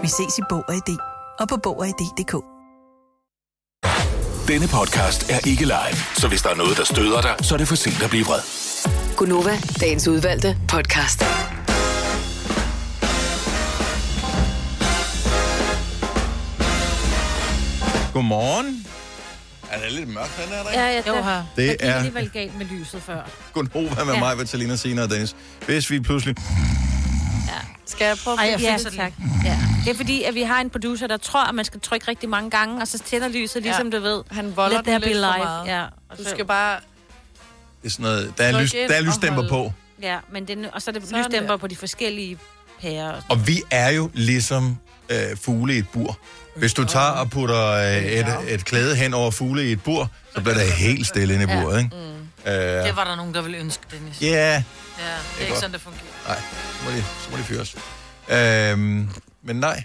[SPEAKER 8] Vi ses i Bog og ID og på Bog og ID.dk.
[SPEAKER 9] Denne podcast er ikke live, så hvis der er noget, der støder dig, så er det for sent at blive vred.
[SPEAKER 10] Gunova, dagens udvalgte podcast.
[SPEAKER 1] Godmorgen. Er det lidt mørkt, den er der?
[SPEAKER 2] Ja, ja, det, jo, her.
[SPEAKER 1] Det
[SPEAKER 2] det
[SPEAKER 1] er-
[SPEAKER 2] er... alligevel galt med lyset før.
[SPEAKER 1] Godnova med
[SPEAKER 2] Ja.
[SPEAKER 1] mig, Vitalina, Sina og Dennis. Hvis vi pludselig...
[SPEAKER 2] Skal jeg prøve
[SPEAKER 3] at
[SPEAKER 2] at
[SPEAKER 3] fikse
[SPEAKER 2] ja,
[SPEAKER 3] den?
[SPEAKER 2] tak. Ja. Det er fordi, at vi har en producer, der tror, at man skal trykke rigtig mange gange, og så tænder lyset, ligesom du ved.
[SPEAKER 4] Han volder
[SPEAKER 2] Let
[SPEAKER 4] den
[SPEAKER 2] there
[SPEAKER 4] lidt
[SPEAKER 2] be
[SPEAKER 4] for
[SPEAKER 2] life.
[SPEAKER 4] meget.
[SPEAKER 2] Ja. og
[SPEAKER 4] Du
[SPEAKER 2] så-
[SPEAKER 4] skal bare...
[SPEAKER 1] Det er sådan noget, der er,
[SPEAKER 2] Tryk
[SPEAKER 1] lys,
[SPEAKER 2] ind
[SPEAKER 1] der er
[SPEAKER 2] og
[SPEAKER 1] lysdæmper
[SPEAKER 2] hold.
[SPEAKER 1] på.
[SPEAKER 2] Ja, men den, og så er det
[SPEAKER 4] Sådan
[SPEAKER 2] lysdæmper
[SPEAKER 4] der.
[SPEAKER 2] på de forskellige pærer. og-
[SPEAKER 1] Og vi er jo ligesom øh, fugle i et bur. Hvis du tager og putter øh, et, et klæde hen over fugle i et bur, så bliver der helt stille inde i
[SPEAKER 3] Ja.
[SPEAKER 1] buret, ikke?
[SPEAKER 3] Ja.
[SPEAKER 1] Øh,
[SPEAKER 3] Det var der nogen, der ville ønske, Dennis.
[SPEAKER 1] Ja, yeah.
[SPEAKER 3] Ja, det er
[SPEAKER 1] er
[SPEAKER 3] ikke
[SPEAKER 1] godt.
[SPEAKER 3] sådan, det fungerer.
[SPEAKER 1] nej, så må de, så må de fyres. Øhm, men nej.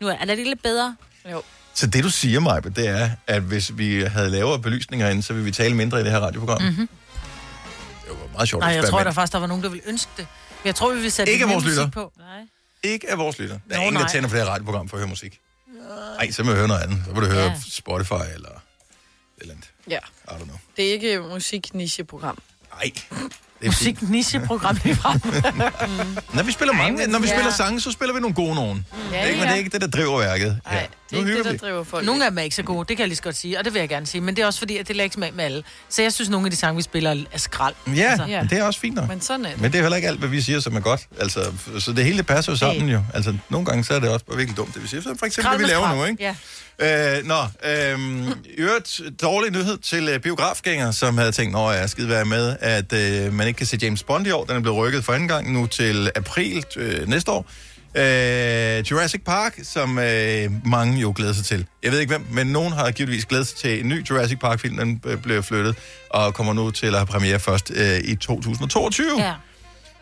[SPEAKER 2] Nu er, er det ikke lidt bedre?
[SPEAKER 4] Jo.
[SPEAKER 1] Så det, du siger, mig, det er, at hvis vi havde lavere belysninger inde, så ville vi tale mindre i det her radioprogram. Mm-hmm. Det var meget sjovt
[SPEAKER 3] Nej, jeg tror
[SPEAKER 1] eksperiment.
[SPEAKER 3] der faktisk, der var nogen, der ville ønske det. Men Jeg tror, vi ville sætte
[SPEAKER 1] Ikke
[SPEAKER 3] lidt
[SPEAKER 1] vores
[SPEAKER 3] mere musik
[SPEAKER 1] lytter.
[SPEAKER 3] på. Nej.
[SPEAKER 1] Ikke af vores lytter. Der er
[SPEAKER 3] Nå,
[SPEAKER 1] ingen, der
[SPEAKER 3] nej.
[SPEAKER 1] tænder for det her radioprogram for at høre musik. Nej, så må jeg høre noget andet. Så må du høre
[SPEAKER 4] Ja.
[SPEAKER 1] Spotify eller et eller andet.
[SPEAKER 4] Ja.
[SPEAKER 1] I don't know.
[SPEAKER 4] Det er ikke musiknicheprogram.
[SPEAKER 1] Nej.
[SPEAKER 3] Musiknicheprogram lige frem.
[SPEAKER 1] Når vi spiller mange,
[SPEAKER 4] men
[SPEAKER 1] når vi
[SPEAKER 4] ja.
[SPEAKER 1] spiller sange, så spiller vi nogle gode nogen.
[SPEAKER 3] Ja,
[SPEAKER 1] Ja, ikke, men
[SPEAKER 3] ja.
[SPEAKER 1] det er ikke det, der driver værket. her.
[SPEAKER 3] Det er ikke det, der
[SPEAKER 4] driver folk.
[SPEAKER 3] Nogle af dem er ikke så gode, det kan jeg lige så godt sige, og det vil jeg gerne sige. Men det er også fordi, at det lægger ikke smag med alle. Så jeg synes, nogle af de sange, vi spiller, er skrald. Altså,
[SPEAKER 1] Ja, men det er også fint nok.
[SPEAKER 4] Men sådan er det.
[SPEAKER 1] Men det er heller ikke alt, hvad vi siger, som er godt. Altså, f- så det hele det passer jo sammen jo. Altså, nogle gange så er det også bare virkelig dumt, det vi siger. Så for eksempel, det vi laver nu, ikke?
[SPEAKER 3] Ja.
[SPEAKER 1] Øh, nå, øh, i øvrigt dårlig nyhed til øh, biografgængere, som havde tænkt, at jeg skide være med, at øh, man ikke kan se James Bond i år. Den er blevet rykket for anden gang nu til april øh, næste år. Øh, Jurassic Park, som øh, mange jo glæder sig til. Jeg ved ikke hvem, men nogen har givetvis glædet sig til en ny Jurassic Park-film, den øh, bliver flyttet og kommer nu til at have premiere først øh, i 2022. Ja.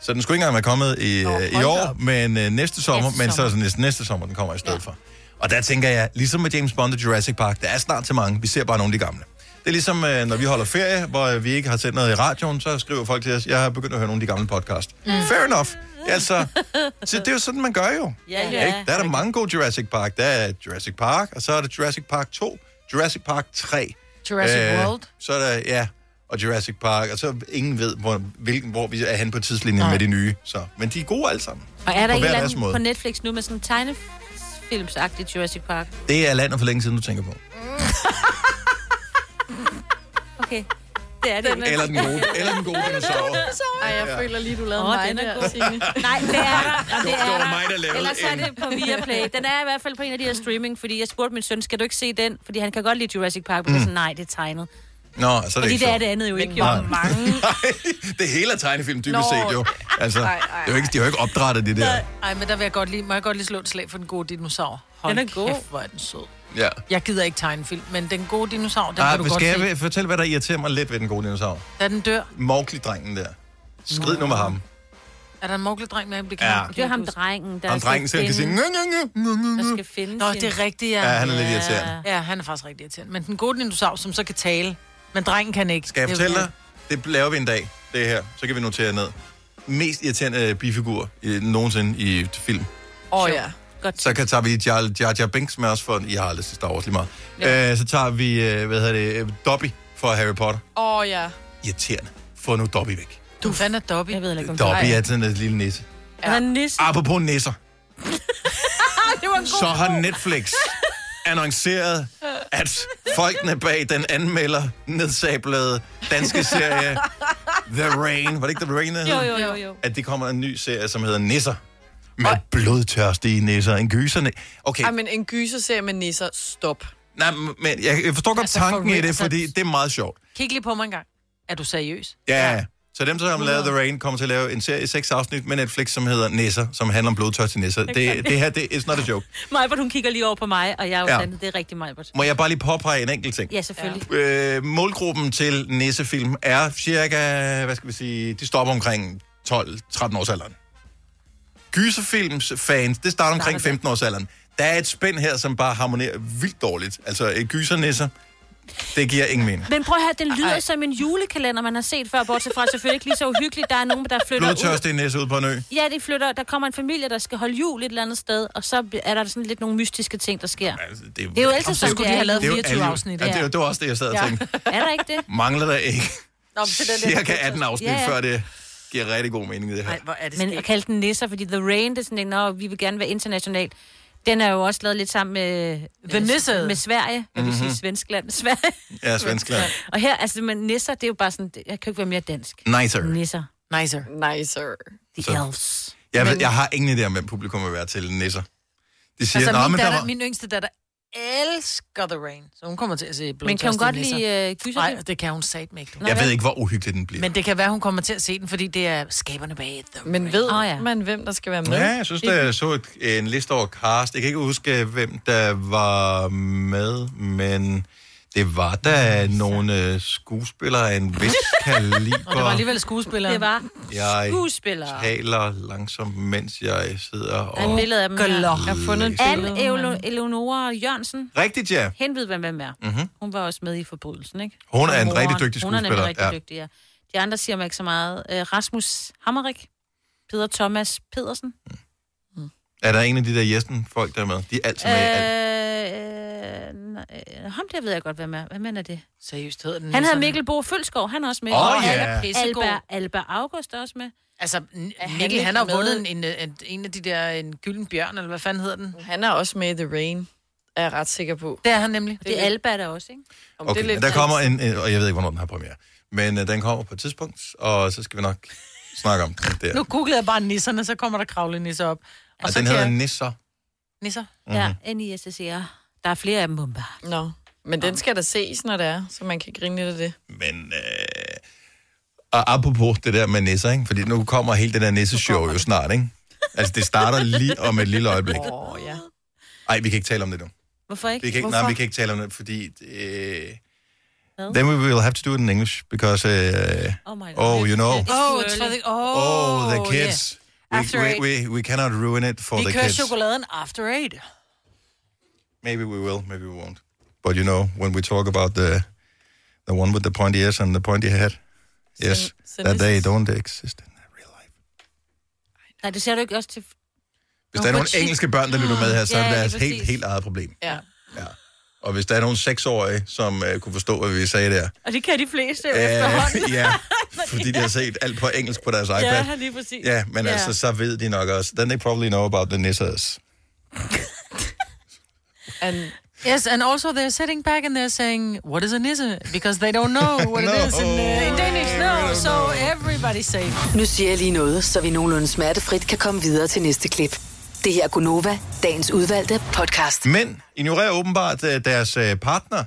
[SPEAKER 1] Så den skulle ikke engang være kommet i, i år, men øh, næste sommer,
[SPEAKER 11] Næste
[SPEAKER 1] men så er
[SPEAKER 11] sommer.
[SPEAKER 1] det næste, næste sommer, den kommer i stedet ja. for. Og der tænker jeg, ligesom med James Bond og Jurassic Park, der er snart til mange, vi ser bare nogle af de gamle. Det er ligesom, øh, når vi holder ferie, hvor øh, vi ikke har sendt noget i radioen, så skriver folk til os, jeg har begyndt at høre nogle af de gamle podcast. Mm. Fair enough. Altså, så det er jo sådan, man gør jo.
[SPEAKER 11] Ja,
[SPEAKER 1] Ikke? Der er der mange gode Jurassic Park. Der er Jurassic Park, og så er der Jurassic Park 2, Jurassic Park 3.
[SPEAKER 3] Jurassic World.
[SPEAKER 1] Så er der, ja, og Jurassic Park, og så ingen ved, hvor, hvilken, hvor vi er henne på tidslinjen med de nye. Så. Men de er gode alle sammen.
[SPEAKER 2] Og er der
[SPEAKER 1] på
[SPEAKER 2] en
[SPEAKER 1] hver
[SPEAKER 2] eller
[SPEAKER 1] deres
[SPEAKER 2] anden
[SPEAKER 1] måde.
[SPEAKER 2] på Netflix nu med sådan en tegnefilmsagtig Jurassic Park?
[SPEAKER 1] Det er landet for længe siden, du tænker på.
[SPEAKER 2] Mm. Okay, det er det.
[SPEAKER 1] Den er- Eller den gode- eller den gode dinosaur.
[SPEAKER 4] Ej, jeg
[SPEAKER 1] Ja.
[SPEAKER 4] føler lige, du lavede
[SPEAKER 2] Åh,
[SPEAKER 4] oh, mig
[SPEAKER 2] den er
[SPEAKER 4] der,
[SPEAKER 2] god.
[SPEAKER 4] Signe.
[SPEAKER 2] Nej, det er der. Og
[SPEAKER 1] Det
[SPEAKER 2] det
[SPEAKER 1] var
[SPEAKER 2] er der.
[SPEAKER 1] mig, der lavede
[SPEAKER 2] Ellers er
[SPEAKER 1] en.
[SPEAKER 2] det på Viaplay. Den er i hvert fald på en af de her streaming, fordi jeg spurgte min søn, skal du ikke se den? Fordi han kan godt lide Jurassic Park, men
[SPEAKER 1] Mm.
[SPEAKER 2] mm. sådan, nej, det er tegnet.
[SPEAKER 1] Nå, så er det
[SPEAKER 2] fordi
[SPEAKER 1] ikke
[SPEAKER 2] det er
[SPEAKER 1] sjovt.
[SPEAKER 2] det andet jo ikke. Jo.
[SPEAKER 1] Nej.
[SPEAKER 2] Mange.
[SPEAKER 1] Det hele er tegnefilm, dybest
[SPEAKER 3] Nå.
[SPEAKER 1] set jo. Altså,
[SPEAKER 3] Ej, ej,
[SPEAKER 1] det er jo ikke, de har jo ikke opdrettet det der.
[SPEAKER 3] Nej, men der vil jeg godt lige, må jeg godt lige slå et slag for den gode dinosaur. Hold
[SPEAKER 2] Den er god.
[SPEAKER 3] Kæft, hvor er den sød.
[SPEAKER 1] Ja.
[SPEAKER 3] Jeg gider ikke tegnefilm, men den gode dinosaur, den
[SPEAKER 1] Ah,
[SPEAKER 3] kan du godt
[SPEAKER 1] skal
[SPEAKER 3] se.
[SPEAKER 1] jeg fortælle, hvad der irriterer mig lidt ved den gode dinosaur?
[SPEAKER 3] Da den dør,
[SPEAKER 1] Mowgli-drengen der. Skrid nu med ham.
[SPEAKER 3] er der en mogledreng med, at blive
[SPEAKER 1] Ja.
[SPEAKER 2] Det er ham drengen, der
[SPEAKER 1] Ham drengen selv kan sige, "Nge,
[SPEAKER 3] Der skal
[SPEAKER 2] finde
[SPEAKER 3] Nå,
[SPEAKER 2] sin-
[SPEAKER 3] det er rigtigt, ja.
[SPEAKER 1] Ja, han er lidt irriterende.
[SPEAKER 3] Ja, han er faktisk rigtig irriterende. Men den gode dinosaur, som så kan tale, men drengen kan ikke.
[SPEAKER 1] Skal jeg fortælle dig? Det laver vi en dag, det her. Så kan vi notere ned. Mest irriterende øh, bifigur øh, nogensinde i et film.
[SPEAKER 4] Åh oh, ja.
[SPEAKER 2] Godt.
[SPEAKER 1] Så kan, tager vi Jar Jar, Jar Binks med os for... Jeg har aldrig set Star Wars lige meget. Ja. Øh, så tager vi, øh, hvad hedder det, øh, Dobby for Harry Potter.
[SPEAKER 4] Åh oh, ja.
[SPEAKER 1] Irriterende. Få nu Dobby væk.
[SPEAKER 3] Du fandt er Dobby. Jeg
[SPEAKER 2] ved ikke, om
[SPEAKER 1] Dobby er sådan en lille nisse.
[SPEAKER 2] Ja. Han er nisse.
[SPEAKER 1] Apropos nisser.
[SPEAKER 2] det var en
[SPEAKER 1] så har Netflix annonceret, at folkene bag den anmelder nedsablede danske serie The Rain, var det ikke The Rain, der hed?
[SPEAKER 2] Jo, jo, jo, jo.
[SPEAKER 1] At det kommer en ny serie, som hedder Nisser. Med blodtørstige nisser, en gyserne. Okay,
[SPEAKER 4] Okay. Ej, men en gyser ser med nisser. Stop.
[SPEAKER 1] nej, men jeg, jeg forstår godt altså,
[SPEAKER 4] Altså, for
[SPEAKER 1] tanken i
[SPEAKER 4] real,
[SPEAKER 1] det,
[SPEAKER 4] altså-
[SPEAKER 1] fordi det er meget sjovt.
[SPEAKER 3] Kig lige på mig en gang. Er du seriøs?
[SPEAKER 1] Ja, ja. Så dem, som har lavet The Rain, kommer til at lave en serie i seks afsnit med Netflix, som hedder Nisser, som handler om blodtørstige nisser.
[SPEAKER 2] Okay.
[SPEAKER 1] Det, det her, det er not a joke.
[SPEAKER 2] Majbert, hun kigger lige over på mig, og jeg er jo
[SPEAKER 1] Ja.
[SPEAKER 2] ja. sandet. Det er rigtig Majbert.
[SPEAKER 1] Må jeg bare lige påpege en enkelt ting?
[SPEAKER 2] Ja, selvfølgelig.
[SPEAKER 1] øh, målgruppen til næsefilm er cirka, hvad skal vi sige, de stopper omkring 12-13 års alderen. Gyserfilms fans, det starter omkring 15 års alderen. Der er et spænd her, som bare harmonerer vildt dårligt. Altså øh, gysernisser, Det giver ingen mening.
[SPEAKER 2] Men prøv at høre, den lyder Ej. som en julekalender, man har set før, bortset fra selvfølgelig ikke lige så uhyggeligt. Der er nogen, der flytter ud.
[SPEAKER 1] Blodtørst i en næse ud på en ø.
[SPEAKER 2] Ja, de flytter. Der kommer en familie, der skal holde jul et eller andet sted, og så er der sådan lidt nogle mystiske ting, der sker.
[SPEAKER 1] altså, Det
[SPEAKER 2] er jo altid sådan, det er.
[SPEAKER 1] Det er jo alle- Ja, det, er jo- det var også det, jeg sad og
[SPEAKER 2] Ja.
[SPEAKER 1] tænkte.
[SPEAKER 2] Er der ikke det?
[SPEAKER 1] Mangler der ikke
[SPEAKER 2] Nå, men det er det.
[SPEAKER 1] cirka 18 afsnit,
[SPEAKER 2] Ja, ja.
[SPEAKER 1] før det giver rigtig god mening, det her.
[SPEAKER 3] Ej, hvor er det
[SPEAKER 2] Men at kalde den nisser, fordi The Rain, det er sådan en, "Nå, vi vil gerne være international. Den er jo også lavet lidt sammen med, øh,
[SPEAKER 3] The Nisse.
[SPEAKER 2] med Sverige. Jeg vil
[SPEAKER 1] Mhm.
[SPEAKER 2] sige Svenskland. Sverige.
[SPEAKER 1] Ja, svenskland.
[SPEAKER 2] Og her, altså, men nisser, det er jo bare sådan, det- jeg kan jo ikke være mere dansk.
[SPEAKER 1] Nicer.
[SPEAKER 2] Nisser.
[SPEAKER 3] Nicer.
[SPEAKER 4] Nicer.
[SPEAKER 2] The
[SPEAKER 1] Så-
[SPEAKER 2] Elves.
[SPEAKER 1] Jeg, ved,
[SPEAKER 3] Men-
[SPEAKER 1] jeg har ingen idé om, hvem publikum vil være til nisser. De siger,
[SPEAKER 3] altså,
[SPEAKER 1] altså,
[SPEAKER 3] min,
[SPEAKER 1] men der
[SPEAKER 3] datter,
[SPEAKER 1] var...
[SPEAKER 3] min yngste datter elsker The Rain, så hun kommer til at se Blodtørst
[SPEAKER 2] Men kan hun godt lide, øh, gyserfilm?
[SPEAKER 3] Nej, det kan hun satme ikke.
[SPEAKER 1] Jeg ved ikke, hvor uhyggelig den bliver.
[SPEAKER 3] Men det kan være, hun kommer til at se den, fordi det er skaberne bag The
[SPEAKER 4] Men ved
[SPEAKER 3] Ah,
[SPEAKER 4] oh, ja. man, hvem der skal være med?
[SPEAKER 1] Ja, jeg synes, der så et, en liste over cast. Jeg kan ikke huske, hvem der var med, men det var da nogle øh, skuespillere af en vis kaliber.
[SPEAKER 3] Og det var alligevel skuespillere. Det
[SPEAKER 2] var
[SPEAKER 1] Jeg
[SPEAKER 2] skuespillere.
[SPEAKER 1] taler langsomt, mens jeg sidder
[SPEAKER 2] Der er et
[SPEAKER 1] og...
[SPEAKER 2] billede af dem her.
[SPEAKER 1] Glor. Jeg har fundet et
[SPEAKER 2] Anne
[SPEAKER 1] billede,
[SPEAKER 2] Eolo- Eleonora Jørgensen.
[SPEAKER 1] Rigtigt, ja.
[SPEAKER 2] Hen ved, hvem hvem er.
[SPEAKER 1] Mhm.
[SPEAKER 2] Hun var også med i Forbrydelsen, ikke?
[SPEAKER 1] Hun er en
[SPEAKER 2] Moren.
[SPEAKER 1] rigtig dygtig
[SPEAKER 2] Hun er nemlig
[SPEAKER 1] skuespiller,
[SPEAKER 2] rigtig
[SPEAKER 1] ja.
[SPEAKER 2] dygtig, ja. De andre siger mig ikke så meget. Øh, Rasmus Hammerik. Peter Thomas Pedersen.
[SPEAKER 1] Er der en af de der Jessen-folk, der er med? De er altid
[SPEAKER 2] Øh,
[SPEAKER 1] med. i alt.
[SPEAKER 2] øh, øh, ham der ved jeg godt, hvem er. Hvem er det?
[SPEAKER 3] Seriøst hedder den.
[SPEAKER 2] Han hedder
[SPEAKER 3] nisserne.
[SPEAKER 2] Mikkel Bo Følskov, han er også med.
[SPEAKER 3] Åh,
[SPEAKER 2] Og
[SPEAKER 3] ja.
[SPEAKER 2] Albert-
[SPEAKER 3] Pissegod.
[SPEAKER 2] Albert, Albert August er også med.
[SPEAKER 3] Altså, N-
[SPEAKER 2] han
[SPEAKER 3] Mikkel, han
[SPEAKER 2] ikke
[SPEAKER 3] har
[SPEAKER 2] med?
[SPEAKER 3] vundet en, en, en, en af de der, en gylden bjørn, eller hvad fanden hedder den?
[SPEAKER 4] Han er også med i The Rain, er jeg ret sikker på.
[SPEAKER 3] Det er han nemlig.
[SPEAKER 2] Det er Alba der også, ikke?
[SPEAKER 4] Om
[SPEAKER 1] Okay,
[SPEAKER 4] det er lidt
[SPEAKER 1] men der kommer
[SPEAKER 4] trist.
[SPEAKER 1] en, en, og jeg ved ikke, hvornår den har premiere, men øh, den kommer på et tidspunkt, og så skal vi nok snakke om den der.
[SPEAKER 3] Nu googlede jeg bare nisserne, så kommer der kravle nisser op. Og
[SPEAKER 1] Og
[SPEAKER 3] så
[SPEAKER 1] den
[SPEAKER 3] kan
[SPEAKER 1] hedder
[SPEAKER 3] jeg...
[SPEAKER 1] Nisser.
[SPEAKER 3] nisser.
[SPEAKER 1] Mhm.
[SPEAKER 2] Ja, N-I-S-S-E-R. Der er flere af dem, åbenbart.
[SPEAKER 4] Nå, men den skal der ses, når det er, så man kan grine lidt af det.
[SPEAKER 1] Men øh, og apropos det der med nisser, ikke? fordi nu kommer hele det der nisseshow jo snart, ikke? Altså, det starter lige om et lille øjeblik.
[SPEAKER 4] Åh, oh, ja.
[SPEAKER 1] Nej, vi kan ikke tale om det nu.
[SPEAKER 2] Hvorfor ikke?
[SPEAKER 1] Vi kan ikke,
[SPEAKER 2] Hvorfor?
[SPEAKER 1] nej, vi kan ikke tale om det, fordi... Øh,
[SPEAKER 2] Hvad?
[SPEAKER 1] then we will have to do it in English, because... Øh,
[SPEAKER 2] Oh my
[SPEAKER 1] oh, you know.
[SPEAKER 3] Oh, it's for the... Oh,
[SPEAKER 1] Oh, the kids.
[SPEAKER 3] yeah.
[SPEAKER 1] We,
[SPEAKER 3] After
[SPEAKER 1] we,
[SPEAKER 3] eight.
[SPEAKER 1] we, we cannot ruin it for
[SPEAKER 3] Vi
[SPEAKER 1] the
[SPEAKER 3] kører
[SPEAKER 1] kids.
[SPEAKER 3] chokoladen after eight.
[SPEAKER 1] Maybe we will, maybe we won't. But you know, when we talk about the the one with the pointy ears and the pointy head, yes,
[SPEAKER 2] so
[SPEAKER 1] that
[SPEAKER 2] this
[SPEAKER 1] they
[SPEAKER 2] is-
[SPEAKER 1] don't exist.
[SPEAKER 2] Nej, det ser du ikke også til...
[SPEAKER 1] Hvis
[SPEAKER 2] Nå,
[SPEAKER 1] der er
[SPEAKER 2] for
[SPEAKER 1] nogle
[SPEAKER 2] ti-
[SPEAKER 1] engelske børn, der lytter med her, så er
[SPEAKER 2] Ja,
[SPEAKER 1] det
[SPEAKER 2] lige
[SPEAKER 1] deres helt,
[SPEAKER 2] præcis.
[SPEAKER 1] helt eget problem.
[SPEAKER 4] Ja.
[SPEAKER 1] Og hvis der er nogle seksårige, som uh, kunne forstå, hvad vi sagde der,
[SPEAKER 2] Og det kan de fleste
[SPEAKER 1] Øh,
[SPEAKER 2] øh, efterhånden.
[SPEAKER 1] ja, fordi de har set alt på engelsk på deres iPad.
[SPEAKER 2] Ja, lige præcis.
[SPEAKER 1] Ja, men
[SPEAKER 2] Ja.
[SPEAKER 1] altså, så ved de nok også. Then they probably know about the nissers.
[SPEAKER 4] And
[SPEAKER 3] Yes, and also they're sitting back and they're saying, what is a nisse? Because they don't know what
[SPEAKER 10] No.
[SPEAKER 3] it is in, uh, in Danish. No, so everybody's safe.
[SPEAKER 10] Nu siger jeg lige noget, så vi nogenlunde smertefrit kan komme videre til næste klip. Det her er Gunova, dagens udvalgte podcast.
[SPEAKER 1] Mænd ignorerer åbenbart øh, deres øh, partner